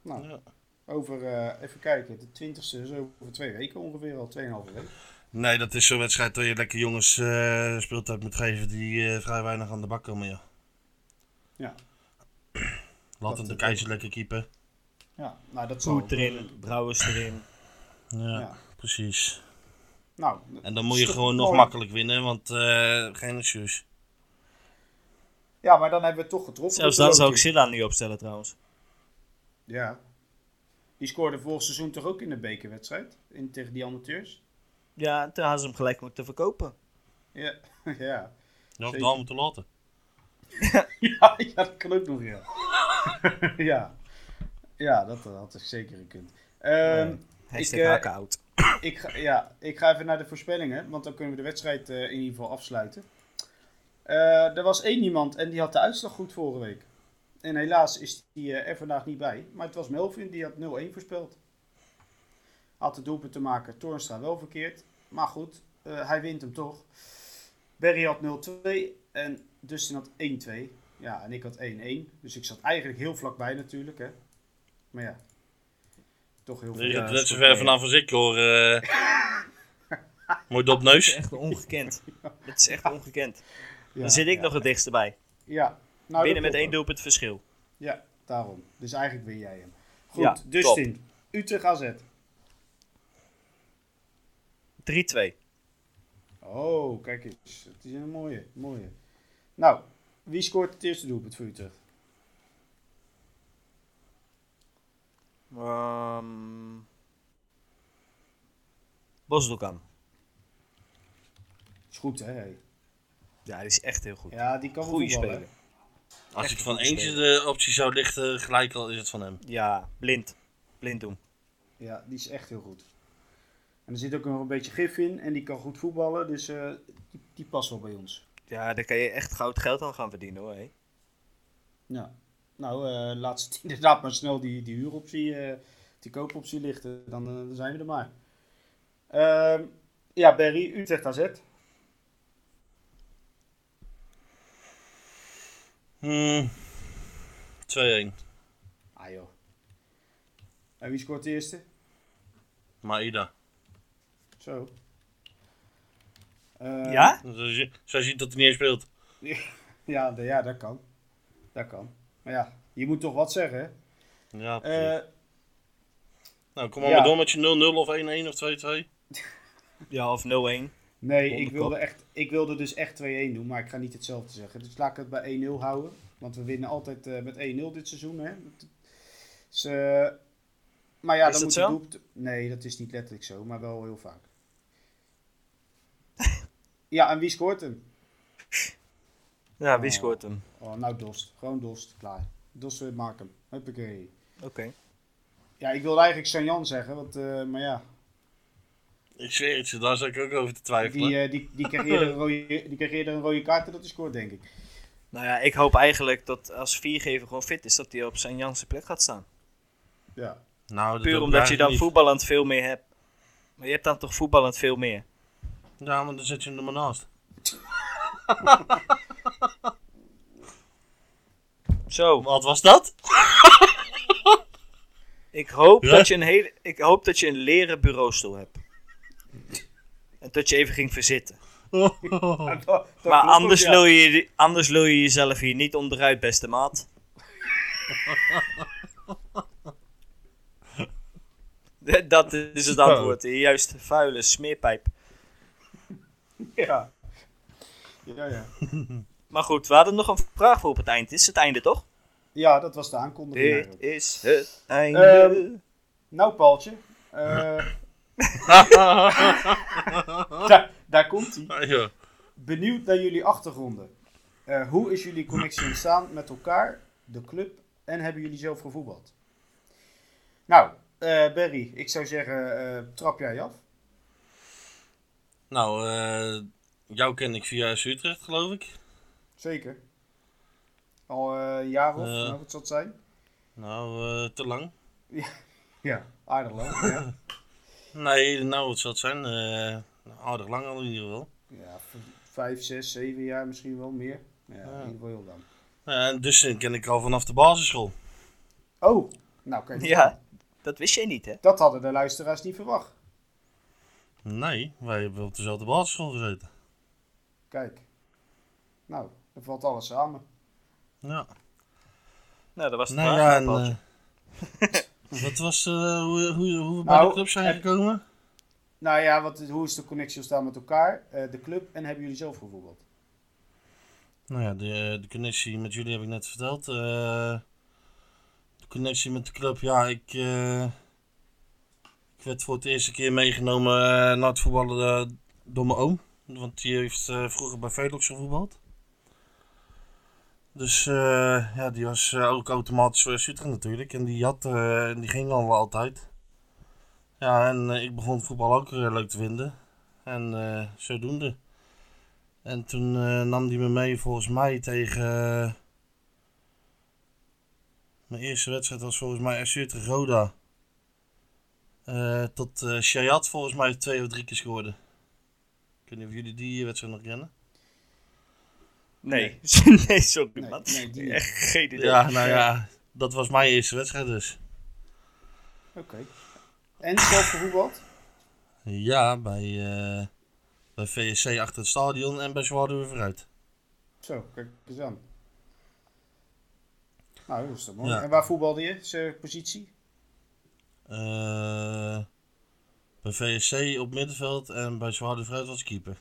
S1: Nou,
S3: Ja.
S1: over, eh, even kijken, de 20ste is over twee weken ongeveer, al 2,5 weken.
S3: Nee, dat is zo'n wedstrijd dat je lekker jongens eh, speeltijd moet geven die eh, vrij weinig aan de bak komen. Ja.
S1: Ja.
S3: Laat hem
S1: Dat-
S3: de keizer lekker keeper.
S1: Ja, nou dat zal
S2: Goed erin, Brouwers erin.
S3: Ja,
S1: Ja.
S3: precies.
S1: Nou,
S3: En dan moet je
S1: Stop-
S3: gewoon nog
S1: mooi.
S3: makkelijk winnen, want eh, geen issues.
S1: Ja, maar dan hebben we het toch getroffen.
S2: Zelfs
S1: met de
S2: dan zou ik
S1: loting.
S2: Silla niet opstellen trouwens.
S1: Ja. Die scoorde vorig seizoen toch ook in de bekerwedstrijd? In, tegen die amateurs?
S2: Ja, toen hadden ze hem gelijk moeten verkopen.
S1: Ja. ja.
S3: Dat
S1: Zeker.
S3: dan moeten laten.
S1: Ja, ja, dat kan ook nog, ja. ja. Ja, dat had ik zeker gekund. Ehm,
S2: Hashtag
S1: Ik, eh,
S2: hakken oud.
S1: ik, ga, ja, ik ga even naar de voorspellingen, want dan kunnen we de wedstrijd eh, in ieder geval afsluiten. Eh, er was één iemand en die had de uitslag goed vorige week. En helaas is die eh, er vandaag niet bij. Maar het was Melvin, die had 0-1 voorspeld. Had de doelpunt te maken, Toornstra wel verkeerd. Maar goed, eh, hij wint hem toch. Berry had 0-2 en Dustin had 1-2. Ja, en ik had 1-1. Dus ik zat eigenlijk heel vlakbij natuurlijk, hè. Maar ja, toch heel
S3: Je gaat
S1: veel.
S3: net zo ver vanaf als ik hoor. eh. Mooi
S2: Dat is
S3: dopneus.
S2: echt ongekend. Dat is echt ongekend.
S1: Ja,
S2: Dan zit ik
S1: ja.
S2: nog het dichtst bij.
S1: Ja. Nou,
S2: Binnen
S1: dat
S2: met
S1: klopt
S2: één doelpunt verschil.
S1: wel. Ja, daarom. Dus eigenlijk ben jij hem. Goed,
S2: Ja,
S1: Dustin. Utrecht AZ.
S2: 3-2.
S1: Oh, kijk eens. Het is een mooie, mooie. Nou, wie scoort het eerste doelpunt voor Utrecht?
S2: Ehm Bosdoekan.
S1: Is goed, hè? hey?
S2: Ja, die is echt heel goed.
S1: Ja, die kan wel
S2: Goeie
S1: voetballen,
S2: speler.
S1: hè?
S3: Als
S2: Echt
S3: ik van
S2: goed
S3: eentje de optie zou lichten, gelijk al is het van hem.
S2: Ja, blind. Blind doen.
S1: Ja, die is echt heel goed. En er zit ook nog een beetje gif in en die kan goed voetballen, dus eh, die, die past wel bij ons.
S2: Ja, daar kan je echt goud geld aan gaan verdienen hoor. hè.
S1: Ja. Nou, eh, laat ze het inderdaad maar snel die, die huuroptie, eh, die koopoptie lichten. Dan, eh, dan zijn we er maar. Ehm, ja, Barry, Utrecht AZ.
S3: Hmm. 2-1.
S1: Ah joh. En wie scoort de eerste?
S3: Maida.
S1: Zo. Eh,
S2: ja?
S3: Zoals je, zo ziet dat hij niet eens speelt.
S1: Ja, d- ja, dat kan. Dat kan. Maar ja, je moet toch wat zeggen, hè?
S3: Ja, precies.
S1: Eh,
S3: nou, kom maar,
S1: ja.
S3: maar door met je 0-0 of 1-1 of 2-2.
S2: Ja, of 0-1.
S1: nee, ik
S2: onderkop.
S1: wilde, echt, ik wilde dus echt 2-1 doen, maar ik ga niet hetzelfde zeggen. Dus laat ik het bij 1-0 houden. Want we winnen altijd eh, met 1-0 dit seizoen, hè? Dus, eh, maar ja, dan
S2: Is dat
S1: moet je
S2: zo?
S1: doelpunt- Nee, dat is niet letterlijk zo, maar wel heel vaak. ja, en wie scoort hem?
S2: Ja, wie
S1: Oh.
S2: scoort hem?
S1: Oh, nou Dost. Gewoon Dost. Klaar. Dost weer maak hem. Huppakee.
S2: Oké.
S1: Ja, ik wilde eigenlijk Sanjan zeggen, want, eh, maar ja,
S3: Ik zweer het je, daar zou ik ook over te twijfelen.
S1: die, eh, die, die, kreeg eerder een rode, die kreeg eerder een rode kaart en dat is scoort, denk ik.
S2: Nou ja, ik hoop eigenlijk dat als viergever gewoon fit is, dat hij op zijn Janse plek gaat staan.
S1: Ja.
S3: nou, dat
S2: Puur
S3: hoop ik
S2: omdat je
S3: eigenlijk
S2: dan
S3: niet.
S2: voetballend veel meer hebt. Maar je hebt dan toch voetballend veel meer.
S3: Ja, maar dan zet je hem er maar naast.
S2: Zo,
S3: Wat was dat?
S2: ik hoop,
S3: Ja?
S2: dat, je een hele, ik hoop dat je een leren bureaustoel hebt. En dat je even ging verzitten. maar anders, lul je, je- anders lul je jezelf hier niet onderuit, beste maat. D- dat is het
S3: Zo.
S2: antwoord. Juist, vuile smeerpijp.
S1: Ja. Ja, ja.
S2: Maar goed, we hadden nog een vraag voor op het eind. Is het einde toch?
S1: ja, dat was de aankondiging.
S2: Dit
S1: eigenlijk.
S2: is het einde.
S1: Ehm, Nou, Paaltje. eh, daar, daar komt hij.
S3: Ah, ja.
S1: Benieuwd naar jullie achtergronden. Eh, hoe is jullie connectie ontstaan met elkaar, de club en hebben jullie zelf gevoetbald? Nou, eh, Barry, ik zou zeggen, eh, trap jij af?
S3: Nou, eh, jou ken ik via FC Utrecht, geloof ik.
S1: Zeker. Al eh, een jaar of,
S3: Eh.
S1: nou, wat zal het zijn?
S3: Nou, eh, te lang.
S1: Ja, aardig lang. ja.
S3: Nee, nou, wat zal het zijn? Eh, aardig lang al in ieder geval.
S1: Ja, v- vijf, zes, zeven jaar misschien wel meer. Ja, in
S3: Ja.
S1: ieder geval heel lang.
S3: Eh, dus eh, ken ik al vanaf de basisschool.
S1: Oh, nou kijk.
S2: ja, dat wist jij niet, hè?
S1: Dat hadden de luisteraars niet verwacht.
S3: Nee, wij hebben op dezelfde basisschool gezeten.
S1: Kijk. Nou, dan valt alles samen.
S3: Ja.
S2: Nou, dat was het
S3: Nou
S2: vraag,
S3: ja, en,
S2: Paultje.
S3: eh, wat was eh, hoe, hoe, hoe we bij
S1: Nou,
S3: de club zijn
S1: heb-
S3: gekomen?
S1: Nou ja, wat, hoe is de connectie ontstaan met elkaar, eh, de club en hebben jullie zelf bijvoorbeeld?
S3: Nou ja, de, de connectie met jullie heb ik net verteld. Eh, de connectie met de club, ja, ik, eh, ik werd voor het eerste keer meegenomen eh, naar het voetballen eh, door mijn oom. Want die heeft eh, vroeger bij Velox gevoetbald. Dus eh, ja, die was eh, ook automatisch voor SC Utrecht natuurlijk. En die, had, eh, en die ging dan wel altijd. Ja, en eh, ik begon voetbal ook eh, leuk te vinden. En eh, zodoende. En toen eh, nam hij me mee volgens mij tegen... eh, mijn eerste wedstrijd was volgens mij SC tegen Roda. Eh, tot eh Shayat volgens mij twee of drie keer scoorde. Ik weet niet of jullie die wedstrijd nog kennen.
S2: Nee. nee, sorry
S1: Nee,
S2: man.
S1: nee, die niet.
S2: Echt geen idee.
S3: Ja, nou ja, dat was mijn eerste wedstrijd dus.
S1: Oké. En zelf bijvoorbeeld?
S3: Ja, bij, eh, bij VSC achter het stadion en bij Zwaarden weer vooruit.
S1: Zo, kijk eens aan. Nou, dat is toch mooi.
S3: Ja.
S1: En waar voetbalde je? Zijn positie?
S3: Eh, bij VSC op middenveld en bij Zwaarden vooruit was keeper.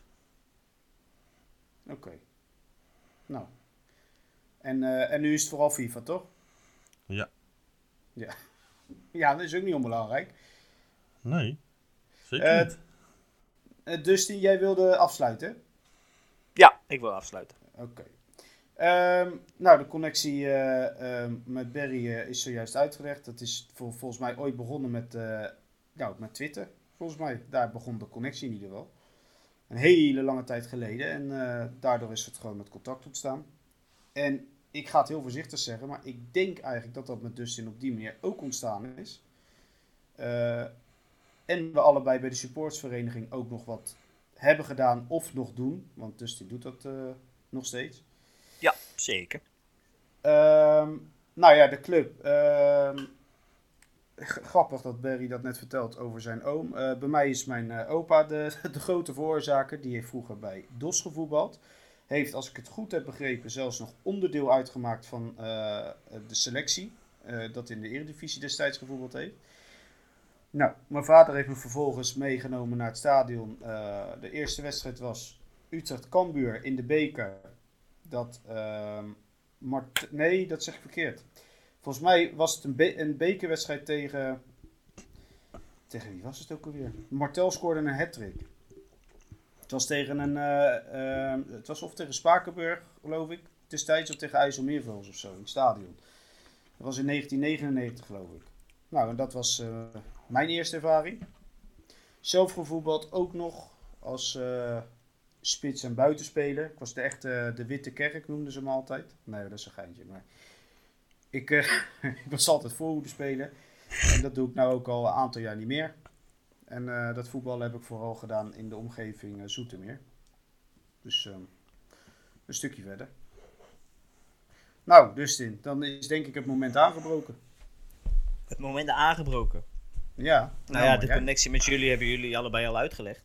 S1: Oké. Nou. En, eh, en nu is het vooral FIFA, toch?
S3: Ja.
S1: Ja, ja dat is ook niet onbelangrijk.
S3: Nee, zeker
S1: Eh,
S3: niet.
S1: Eh, Dustin, jij wilde afsluiten?
S2: Ja, ik wil afsluiten.
S1: Oké. Ehm, nou, de connectie eh, ehm, met Barry eh, is zojuist uitgelegd. Dat is vol- volgens mij ooit begonnen met, eh, nou, met Twitter. Volgens mij, daar begon de connectie in ieder geval. een hele lange tijd geleden. En eh, daardoor is het gewoon met contact ontstaan. En ik ga het heel voorzichtig zeggen, maar ik denk eigenlijk dat dat met Dustin op die manier ook ontstaan is. Eh, en we allebei bij de supportsvereniging ook nog wat hebben gedaan of nog doen. Want Dustin doet dat eh, nog steeds.
S2: Ja, zeker.
S1: Ehm, nou ja, de club. Ehm, g- grappig dat Barry dat net vertelt over zijn oom. Eh, bij mij is mijn eh, opa de, de grote veroorzaker. Die heeft vroeger bij DOS gevoetbald. Heeft, als ik het goed heb begrepen, zelfs nog onderdeel uitgemaakt van eh, de selectie. eh, dat in de Eredivisie destijds gevoetbald heeft. Nou, mijn vader heeft me vervolgens meegenomen naar het stadion. Eh, de eerste wedstrijd was Utrecht-Kambuur in de beker. Dat... ehm, Mart nee, dat zeg ik verkeerd. Volgens mij was het een, be- een bekerwedstrijd tegen. Tegen wie was het ook alweer? Martel scoorde een hat-trick. Het was tegen een. eh, eh, het was of tegen Spakenburg, geloof ik. Destijds of tegen IJsselmeervels of zo, in het stadion. Dat was in 1999, geloof ik. Nou, en dat was eh, mijn eerste ervaring. Zelf gevoetbald ook nog als eh, spits en buitenspeler. Ik was de echte eh, de Witte Kerk, noemden ze me altijd. Nee, dat is een geintje. Maar ik, eh, ik was altijd voorhoede spelen. En dat doe ik nou ook al een aantal jaar niet meer. En eh, dat voetbal heb ik vooral gedaan in de omgeving eh, Zoetermeer. Dus ehm, een stukje verder. Nou, Dustin, dan is denk ik het moment aangebroken.
S2: Het moment aangebroken.
S1: Ja.
S2: Nou ja,
S1: maar
S2: de
S1: jij-
S2: connectie met jullie hebben jullie allebei al uitgelegd.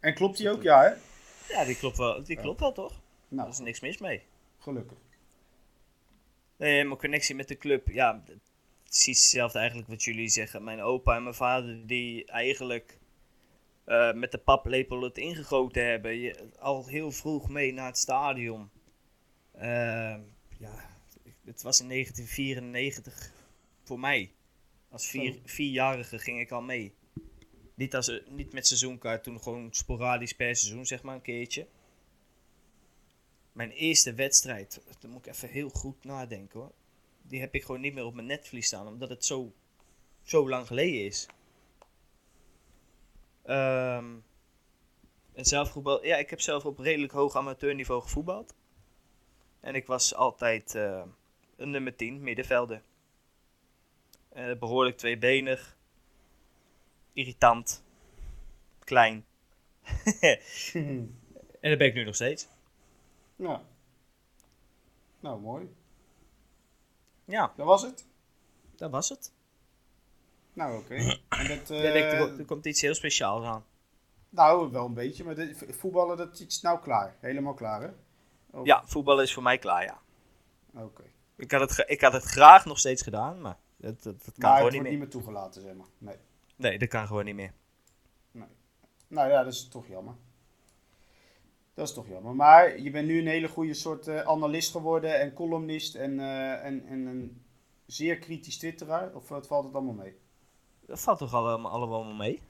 S1: En klopt die ook? Ja, hè?
S2: Ja, die klopt wel, die
S1: Ja.
S2: klopt wel toch? Daar
S1: Nou,
S2: is niks mis mee.
S1: gelukkig.
S2: Nee, mijn connectie met de club, ja, precies hetzelfde eigenlijk wat jullie zeggen. Mijn opa en mijn vader die eigenlijk eh, met de paplepel het ingegoten hebben. Je- al heel vroeg mee naar het stadion. Ehm, ja, het was in 1994 voor mij. Als vier,
S1: Zo.
S2: vierjarige ging ik al mee. Niet, als, eh, niet met seizoenkaart, toen gewoon sporadisch per seizoen, zeg maar, een keertje. Mijn eerste wedstrijd, daar moet ik even heel goed nadenken hoor. Die heb ik gewoon niet meer op mijn netvlies staan, omdat het zo, zo lang geleden is. Ehm, en zelf voetbal, ja, ik heb zelf op redelijk hoog amateurniveau gevoetbald. En ik was altijd eh, een nummer 10 middenvelder. Eh, behoorlijk tweebenig. Irritant. Klein. En dat ben ik nu nog steeds.
S1: ja. Nou, mooi.
S2: Ja,
S1: Dat was het.
S2: dat was het.
S1: Nou, oké. En dat, eh,
S2: Ja, ik denk, er, ko- er komt iets heel speciaals aan.
S1: Nou, wel een beetje, maar dit- v- voetballen dat is nou klaar. Helemaal klaar, hè? Ook-
S2: Ja, voetbal is voor mij klaar, ja.
S1: Oké.
S2: Ik had het, ge- ik had het graag nog steeds gedaan, maar dat, dat,
S1: Maar
S2: dat kan
S1: het
S2: gewoon
S1: wordt
S2: niet meer.
S1: niet meer toegelaten, zeg maar. Nee.
S2: Nee, dat kan gewoon niet meer.
S1: Nou ja, dat is toch jammer. Dat is toch jammer. Maar je bent nu een hele goede soort eh, analist geworden en columnist en, eh, en, en een zeer kritisch twitteraar. Of wat valt het allemaal mee?
S2: Dat valt toch allemaal, allemaal mee?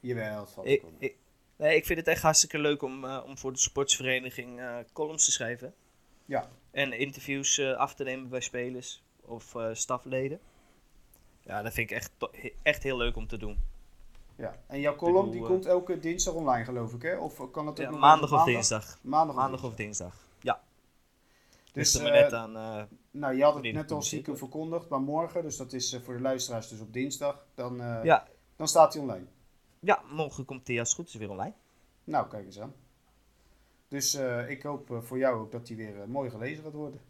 S1: Jawel, het valt
S2: Ik,
S1: ook wel mee.
S2: ik, nee, ik vind het echt hartstikke leuk om, eh, om voor de sportsvereniging eh, columns te schrijven.
S1: Ja.
S2: En interviews eh, af te nemen bij spelers of eh, stafleden. Ja, dat vind ik echt, to- he- echt heel leuk om te doen.
S1: Ja. En jouw column die
S2: bedoel, eh,
S1: komt elke dinsdag online, geloof ik, hè? Of kan het ook
S2: Ja,
S1: nog
S2: maandag of dinsdag.
S1: Maandag,
S2: Maandag of dinsdag. Ja,
S1: Dus,
S2: dus
S1: eh,
S2: maar net aan. eh,
S1: Nou, je had het
S2: Wanneer
S1: net
S2: het
S1: al
S2: komt,
S1: zieken
S2: hè?
S1: verkondigd, maar morgen, dus dat is eh, voor de luisteraars dus op dinsdag, dan, eh,
S2: ja,
S1: dan staat hij online.
S2: ja, morgen komt die als het goed is weer online.
S1: Nou, kijk eens aan. Dus eh, ik hoop eh, voor jou ook dat die weer eh, mooi gelezen gaat worden.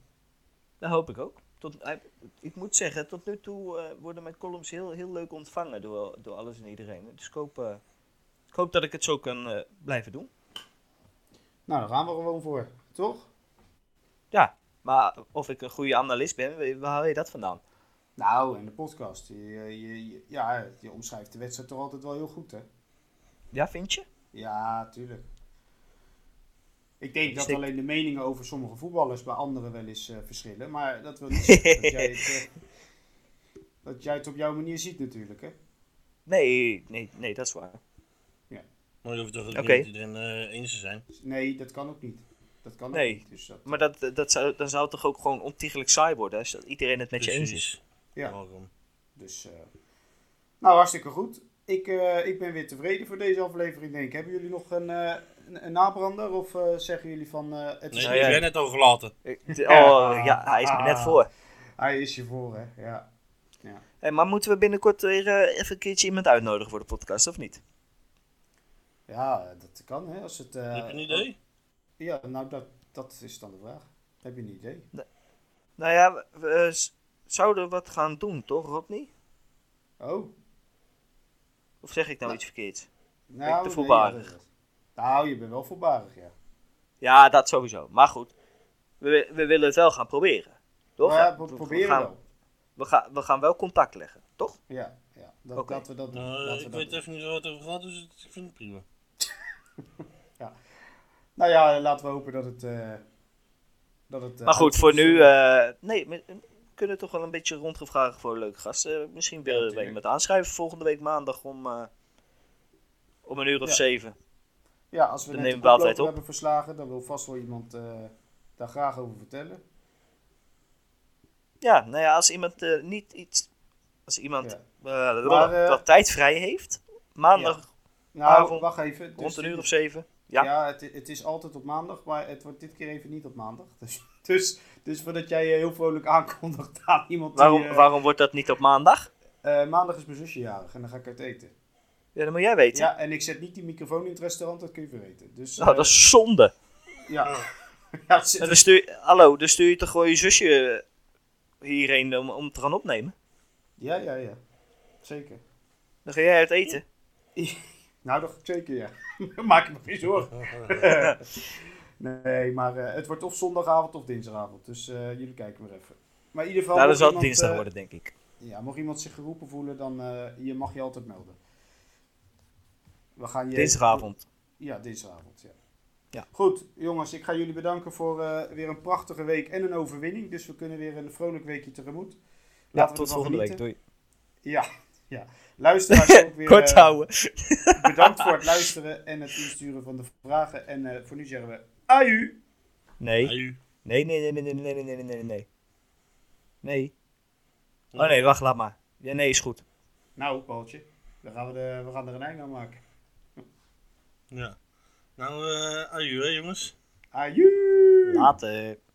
S2: Dat hoop ik ook. Tot, eh, ik moet zeggen, tot nu toe eh, worden mijn columns heel, heel leuk ontvangen door, door alles en iedereen. Dus ik hoop, eh, ik hoop dat ik het zo kan eh, blijven doen.
S1: Nou, daar gaan we gewoon voor, toch?
S2: Ja, maar of ik een goede analist ben, wa- waar haal je dat vandaan?
S1: Nou, en de podcast. Je, je, je- ja, je omschrijft de wedstrijd toch altijd wel heel goed, hè?
S2: Ja, vind je?
S1: Ja, tuurlijk. Ik denk dat
S2: Zeker.
S1: alleen de meningen over sommige voetballers bij anderen wel eens eh, verschillen, maar dat wil niet zeggen dat jij het, eh, dat jij het op jouw manier ziet natuurlijk, hè?
S2: Nee, nee, nee, dat is waar.
S3: Maar je hoeft toch ook
S2: Oké.
S3: niet met iedereen eh, eens te zijn.
S1: Nee, dat kan ook niet. Dat kan
S2: Nee.
S1: ook niet. Dus dat,
S2: Maar dat, eh, dat zou, dan zou het toch ook gewoon ontiegelijk saai worden als dat iedereen het met je eens is.
S3: Precies.
S1: Ja. Nou
S3: Welkom.
S1: dus, eh, nou, hartstikke goed. Ik, eh, ik ben weer tevreden voor deze aflevering, denk ik. Hebben jullie nog een, eh, een, een nabrander? Of eh, zeggen jullie van... eh, het is
S3: Nee,
S2: Nou
S3: die
S2: ja.
S3: ben net overlaten.
S2: Ik- Oh, ja, hij is me net
S1: Ah.
S2: voor.
S1: Hij is je voor, hè? Ja.
S2: Hey, maar moeten we binnenkort weer eh, even een keertje iemand uitnodigen voor de podcast, of niet?
S1: ja, dat kan, hè? Als het, eh,
S3: Heb je een idee?
S1: Ja, nou, dat, dat is dan de vraag. Heb je een idee?
S2: Nou ja, we, we, eh, s- zouden wat gaan doen, toch, Rodney?
S1: Oh,
S2: Of zeg ik nou
S1: Nou.
S2: iets verkeerds?
S1: nou...
S2: te
S1: nee,
S2: voorbarig.
S1: ja, dat is- nou, je bent wel voorbarig, ja.
S2: Ja, dat sowieso. Maar goed, we, we willen het wel gaan proberen. Toch?
S1: Maar we proberen
S2: gaan,
S1: wel.
S2: We, gaan, we gaan wel contact leggen, toch?
S1: Ja, ja. Dat,
S2: Oké.
S1: dat we dat doen.
S3: Nou,
S1: Laten we
S3: ik
S1: dat
S3: weet
S1: doen.
S3: even niet waar het over gaat, dus ik vind het prima.
S1: Nou ja, laten we hopen dat het... eh, dat het eh,
S2: maar goed, voor
S1: uitkomt.
S2: nu... eh, nee, we, we kunnen toch wel een beetje rondgevragen voor een leuke gast. Eh, misschien willen we
S1: tuurlijk.
S2: iemand aanschrijven volgende week maandag om, eh, om een uur of
S1: Ja.
S2: zeven.
S1: Ja, als we
S2: Dan
S1: net de
S2: nemen we altijd
S1: koploper
S2: op.
S1: hebben verslagen, dan wil vast wel iemand eh, daar graag over vertellen.
S2: Ja, nou ja, als iemand eh, niet iets... Als iemand
S1: Ja.
S2: eh,
S1: Maar, eh,
S2: wat tijd vrij heeft, maandag
S1: Nou,
S2: Avond,
S1: wacht even. Dus
S2: rond een
S1: dit-
S2: uur of zeven.
S1: Ja,
S2: ja.
S1: het, het is altijd op maandag, maar het wordt dit keer even niet op maandag. Dus, dus, dus voordat jij eh, heel vrolijk aankondigt aan iemand die,
S2: Waarom,
S1: eh,
S2: waarom wordt dat niet op maandag?
S1: eh, maandag is mijn zusje jarig en dan ga ik uit eten.
S2: Ja, dat moet jij weten.
S1: Ja, en ik zet niet die microfoon in het restaurant, dat kun je vergeten. Dus,
S2: Nou,
S1: eh,
S2: dat is Oh. zonde.
S1: Ja. ja, het
S2: En
S1: zit-
S2: dan stuur, hallo, dan stuur je toch gewoon je zusje hierheen om, om te gaan opnemen?
S1: ja, ja, ja. Zeker.
S2: Dan ga jij uit eten.
S1: Nou, dat zeker, ja. Maak je me geen zorgen. Nee, maar eh, het wordt of zondagavond of dinsdagavond. Dus eh, jullie kijken maar even. Maar in ieder geval.
S2: Nou,
S1: mocht
S2: dat zal
S1: iemand,
S2: dinsdag
S1: eh,
S2: worden, denk ik.
S1: Ja, mocht iemand zich geroepen voelen, dan eh, je mag je altijd melden. We gaan je.
S2: Dinsdagavond.
S1: Ja, dinsdagavond. Ja.
S2: Ja.
S1: Goed, jongens, ik ga jullie bedanken voor eh, weer een prachtige week en een overwinning. Dus we kunnen weer een vrolijk weekje tegemoet.
S2: Ja,
S1: we
S2: tot
S1: ervan
S2: volgende week.
S1: genieten.
S2: Doei.
S1: Ja, ja. Luisteraars ook weer.
S2: Kort
S1: eh,
S2: houden.
S1: bedankt voor het luisteren en het insturen van de vragen. En eh, voor nu zeggen we. Aju!
S2: Nee.
S3: Aju.
S2: Nee, nee, nee, nee, nee, nee, nee, nee, nee, nee. Nee. Oh nee, wacht, laat maar. Ja, nee, is goed.
S1: Nou, Paultje, dan gaan we, de, we gaan er een einde aan maken.
S3: Ja. Nou, eh aju hè jongens.
S1: Aju!
S2: Later.